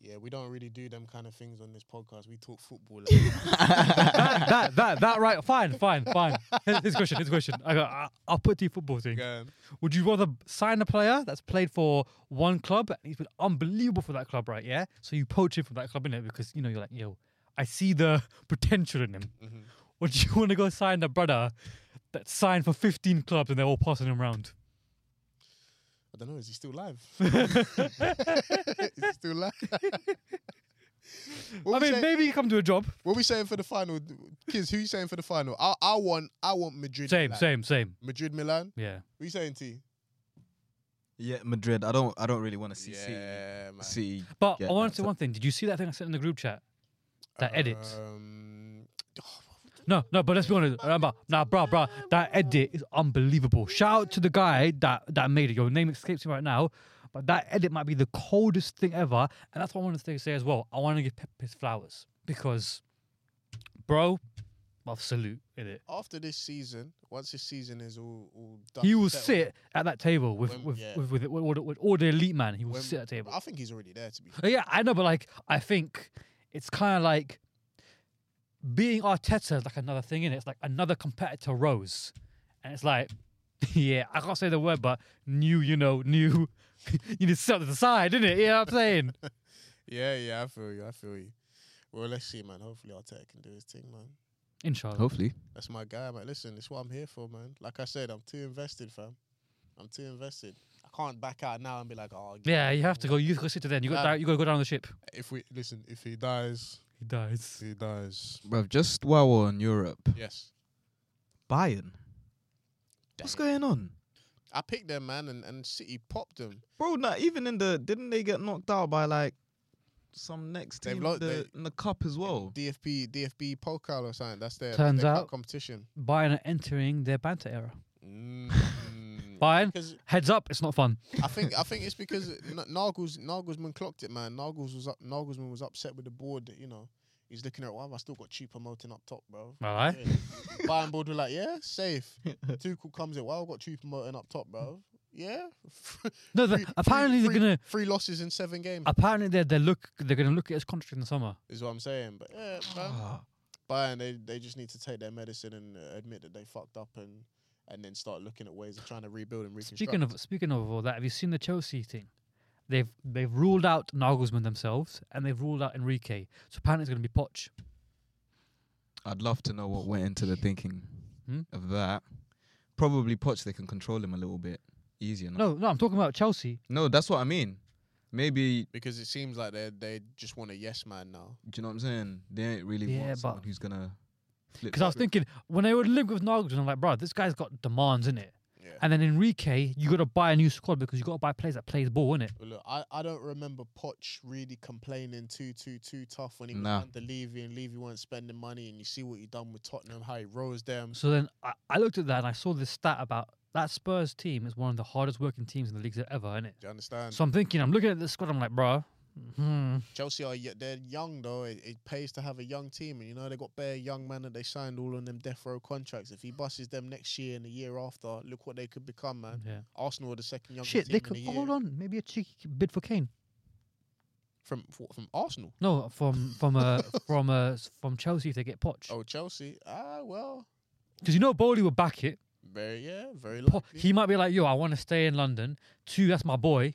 Speaker 3: yeah, we don't really do them kind of things on this podcast. We talk football. Like,
Speaker 4: That, that, that, that, right? Fine, fine, fine. Here's, here's a question. Here's a question. I got, I, I'll put the football thing.
Speaker 3: um,
Speaker 4: Would you rather sign a player that's played for one club and he's been unbelievable for that club, right? Yeah. So you poach him from that club, innit? Because you know you're like, yo, I see the potential in him. Or do you want to go sign a brother that signed for 15 clubs and they're all passing him around?
Speaker 3: I don't know. Is he still live? is he still live? what,
Speaker 4: I
Speaker 3: we
Speaker 4: mean,
Speaker 3: say-
Speaker 4: maybe you come to a job.
Speaker 3: what we saying for the final, kids? Who you saying for the final? I, I want, I want Madrid.
Speaker 4: Same,
Speaker 3: Milan.
Speaker 4: same, same.
Speaker 3: Madrid, Milan.
Speaker 4: Yeah.
Speaker 3: Who you saying, T?
Speaker 5: yeah, Madrid. I don't. I don't really want to see
Speaker 3: yeah, man.
Speaker 5: City. City.
Speaker 4: But
Speaker 5: Yeah,
Speaker 4: I want
Speaker 5: that's
Speaker 4: to say
Speaker 5: it.
Speaker 4: one thing. Did you see that thing I sent in the group chat? That edit.
Speaker 3: Um,
Speaker 4: No, no. But let's be honest. Remember, nah, bruh, bruh. That edit is unbelievable. Shout out to the guy that that made it. Your name escapes me right now, but that edit might be the coldest thing ever. And that's what I want to say as well. I want to give Pep his flowers because, bro, of salute in it.
Speaker 3: After this season, once this season is all, all done,
Speaker 4: He will
Speaker 3: settled,
Speaker 4: sit at that table with
Speaker 3: When-
Speaker 4: with,
Speaker 3: yeah.
Speaker 4: with, with, with, all the- with all the elite man. He will
Speaker 3: When-
Speaker 4: sit at that table.
Speaker 3: I think he's already there. To be fair.
Speaker 4: Uh, Yeah, I know, but like I think it's kind of like being Arteta is like another thing in it. It's like another competitor rose, and it's like, yeah, I can't say the word, but new, you know, new. you need to set to the side, didn't it? Yeah, I'm saying.
Speaker 3: yeah, yeah, I feel you. I feel you. Well, let's see, man. Hopefully, Arteta can do his thing, man.
Speaker 4: Inshallah.
Speaker 5: Hopefully.
Speaker 3: That's my guy, man. Listen, it's what I'm here for, man. Like I said, I'm too invested, fam. I'm too invested. I can't back out now and be like, oh,
Speaker 4: Yeah, you have to go. You got to sit to then. You got
Speaker 3: Nah.
Speaker 4: you got to go down on the ship.
Speaker 3: If we listen, if he dies,
Speaker 4: He dies.
Speaker 3: he dies.
Speaker 5: Bruv, just while we're on Europe,
Speaker 3: Yes.
Speaker 5: Bayern. What's going on?
Speaker 3: I picked them, man, and, and City popped them.
Speaker 5: Bro, not even in the didn't they get knocked out by like some next
Speaker 3: They've
Speaker 5: team
Speaker 3: lo-
Speaker 5: the-
Speaker 3: they-
Speaker 5: in the cup as well?
Speaker 3: DFB, DFB Pokal or something. That's their,
Speaker 4: Turns
Speaker 3: their cup
Speaker 4: out-
Speaker 3: competition.
Speaker 4: Bayern are entering their banter era.
Speaker 3: Mm.
Speaker 4: Bayern,
Speaker 3: Because
Speaker 4: heads up, it's not fun.
Speaker 3: I think I think it's because N- Nagels Nagelsmann clocked it, man. Nagels was up, Nagelsmann was upset with the board. You know, he's looking at why have I still got cheap promoting up top, bro.
Speaker 4: All right.
Speaker 3: Yeah. Bayern board were like, yeah, safe. Tuchel comes in. Why I've got cheap promoting up top, bro. Yeah.
Speaker 4: No, the,
Speaker 3: Three-
Speaker 4: apparently
Speaker 3: three-
Speaker 4: they're gonna. Ah.
Speaker 3: Three losses in seven games
Speaker 4: Apparently they're they look they're gonna look at his contract in the summer.
Speaker 3: is what I'm saying. But yeah, man,
Speaker 5: Ah,
Speaker 3: Bayern they they just need to take their medicine and uh, admit that they fucked up and and then start looking at ways of trying to rebuild and reconstruct.
Speaker 4: Speaking of speaking of all that, have you seen the Chelsea thing? They've they've ruled out Nagelsmann themselves and they've ruled out Enrique. So apparently it's going to be Poch.
Speaker 3: Hmm.
Speaker 5: I'd love to know what went into the thinking
Speaker 4: Hmm?
Speaker 5: of that. Probably Poch, they can control him a little bit easier. No,
Speaker 4: No, no, I'm talking about Chelsea.
Speaker 5: no that's what I mean. Maybe
Speaker 3: because it seems like they they just want a yes man now.
Speaker 5: Do you know what I'm saying? They ain't really
Speaker 4: Yeah,
Speaker 5: want someone
Speaker 4: but-
Speaker 5: who's gonna flip.
Speaker 4: Because I was
Speaker 5: flip.
Speaker 4: thinking when they would live with Nagelsmann, I'm like, bro, this guy's got demands in it.
Speaker 3: Yeah.
Speaker 4: And then Enrique, you got to buy a new squad because you got to buy players that plays ball in it.
Speaker 3: Well, Look, I, I don't remember Poch really complaining too too too tough when he was
Speaker 5: Nah.
Speaker 3: under Levy and Levy weren't spending money and you see what he done with Tottenham, how he rose them.
Speaker 4: So then I, I looked at that and I saw this stat about that Spurs team is one of the hardest working teams in the league ever, innit?
Speaker 3: Do you understand?
Speaker 4: So I'm thinking, I'm looking at this squad, I'm like, bro, hmm,
Speaker 3: Chelsea are y- they're young though. It, it pays to have a young team, and you know they got bare young man that they signed all on them death row contracts. If he buses them next year and the year after, look what they could become, man.
Speaker 4: yeah.
Speaker 3: Arsenal are the second youngest
Speaker 4: Mm. Shit,
Speaker 3: team
Speaker 4: they could
Speaker 3: in the year
Speaker 4: hold on, maybe a cheeky bid for Kane.
Speaker 3: from for- from Arsenal.
Speaker 4: No, from from uh from uh s- from Chelsea if they get Poch,
Speaker 3: Oh, Chelsea. Ah, well,
Speaker 4: because you know Bowley will back it.
Speaker 3: very yeah, very
Speaker 4: Po-
Speaker 3: likely.
Speaker 4: he might be like, "Yo, I want to stay in London. Two, that's my boy."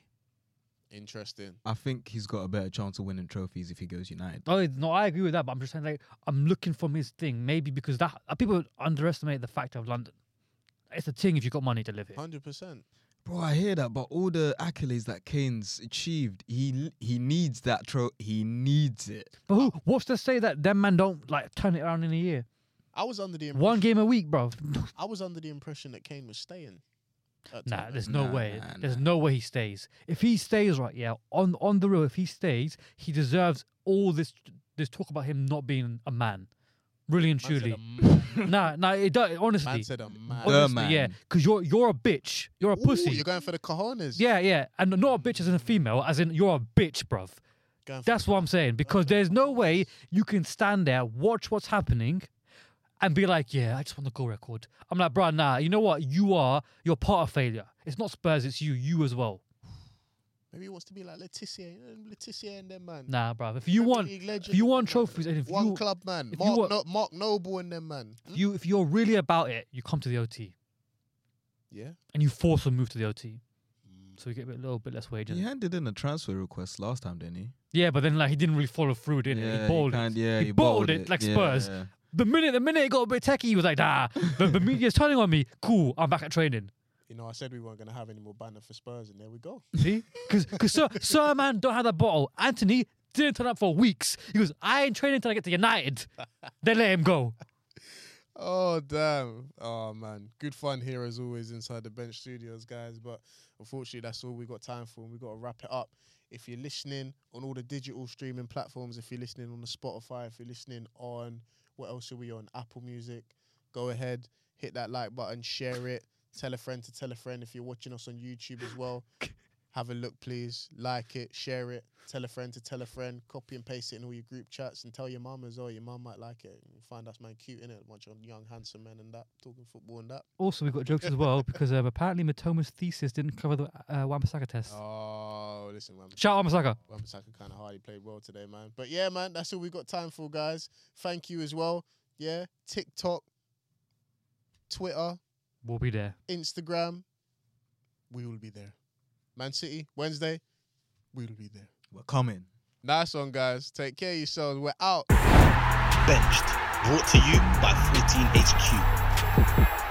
Speaker 3: Interesting.
Speaker 5: I think he's got a better chance of winning trophies if he goes United.
Speaker 4: No, no, I agree with that, but I'm just saying like I'm looking from his thing, maybe because that uh, people underestimate the fact of London. It's a thing if you got money to live here.
Speaker 3: Hundred percent.
Speaker 5: Bro, I hear that, but all the accolades that Kane's achieved, he he needs that tro. He needs it.
Speaker 4: But who, what's to say that them man don't like turn it around in a year,
Speaker 3: I was under the impression.
Speaker 4: one game a week, bro?
Speaker 3: I was under the impression that Kane was staying. at
Speaker 4: nah,
Speaker 3: Tottenham.
Speaker 4: there's no
Speaker 5: Nah,
Speaker 4: way.
Speaker 5: nah,
Speaker 4: There's no way he stays. If he stays, right, yeah, on on the real, if he stays, he deserves all this this talk about him not being a man. Really and
Speaker 3: Man said
Speaker 4: truly.
Speaker 3: a man-
Speaker 4: Nah, nah, it does. Honestly,
Speaker 3: Man said a man.
Speaker 5: The
Speaker 4: honestly, yeah,
Speaker 5: man.
Speaker 4: because you're you're a bitch. You're a
Speaker 3: Ooh,
Speaker 4: pussy.
Speaker 3: You're going for the cojones.
Speaker 4: yeah, yeah, and not a bitch as in a female, as in you're a bitch, bruv.
Speaker 3: Going for
Speaker 4: That's what I'm saying. Because there's no way you can stand there, watch what's happening, and be like, yeah, I just want the goal record. I'm like, bruh, nah. You know what? You are you're part of failure. It's not Spurs. It's you. You as well.
Speaker 3: Maybe he wants to be like Letitia, um, Letitia and them man.
Speaker 4: Nah, bruv. If you
Speaker 3: Premier
Speaker 4: want,
Speaker 3: League
Speaker 4: if
Speaker 3: legend
Speaker 4: you
Speaker 3: and
Speaker 4: want
Speaker 3: them,
Speaker 4: trophies, and if
Speaker 3: One
Speaker 4: you,
Speaker 3: club man,
Speaker 4: if you
Speaker 3: Mark,
Speaker 4: were-
Speaker 3: no, Mark Noble and them man.
Speaker 4: if you if you're really about it, you come to the OT
Speaker 3: Yeah,
Speaker 4: and you force a move to the OT, so you get a bit, little bit less wages.
Speaker 5: He
Speaker 4: Yeah.
Speaker 5: handed in a transfer request last time, didn't he?
Speaker 4: but then like he didn't really follow through, did he? He bowled
Speaker 5: can't-
Speaker 4: it.
Speaker 5: Yeah,
Speaker 4: he, bowled it like
Speaker 5: yeah,
Speaker 4: Spurs.
Speaker 5: yeah.
Speaker 4: The minute the minute it got a bit techie, he was like, nah, the, the media's turning on me. Cool, I'm back at training.
Speaker 3: you know, I said we weren't gonna have any more banner for Spurs, and there we go.
Speaker 4: See? Because Sir, Sir Man don't have that bottle. Anthony didn't turn up for weeks. He goes, I ain't training until I get to United. Then let him go.
Speaker 3: Oh damn! Oh man, good fun here as always inside the bench studios, guys. But unfortunately, that's all we got time for, and we got to wrap it up. If you're listening on all the digital streaming platforms, if you're listening on the Spotify, if you're listening on what else are we on? Apple Music. Go ahead, hit that like button, share it, tell a friend to tell a friend. If you're watching us on YouTube as well, Have a look, please. Like it, share it, tell a friend to tell a friend, copy and paste it in all your group chats, and tell your mum as well. Your mum might like it. You find us, man, cute, innit? A bunch of young, handsome men and that, talking football and that.
Speaker 4: Also, we've got jokes as well because um, apparently Matoma's thesis didn't cover the uh, Wamasaka test.
Speaker 3: Oh, listen, man.
Speaker 4: Shout out Wamasaka.
Speaker 3: Wambasaka kind of hard. He played well today, man. But yeah, man, that's all we got time for, guys. Thank you as well. Yeah, TikTok, Twitter,
Speaker 4: We'll be there.
Speaker 3: Instagram, we will be there. Man City, Wednesday, we will be there.
Speaker 5: We're coming.
Speaker 3: Nice one, guys. Take care of yourselves. We're out.
Speaker 2: Benched. Brought to you by 14HQ.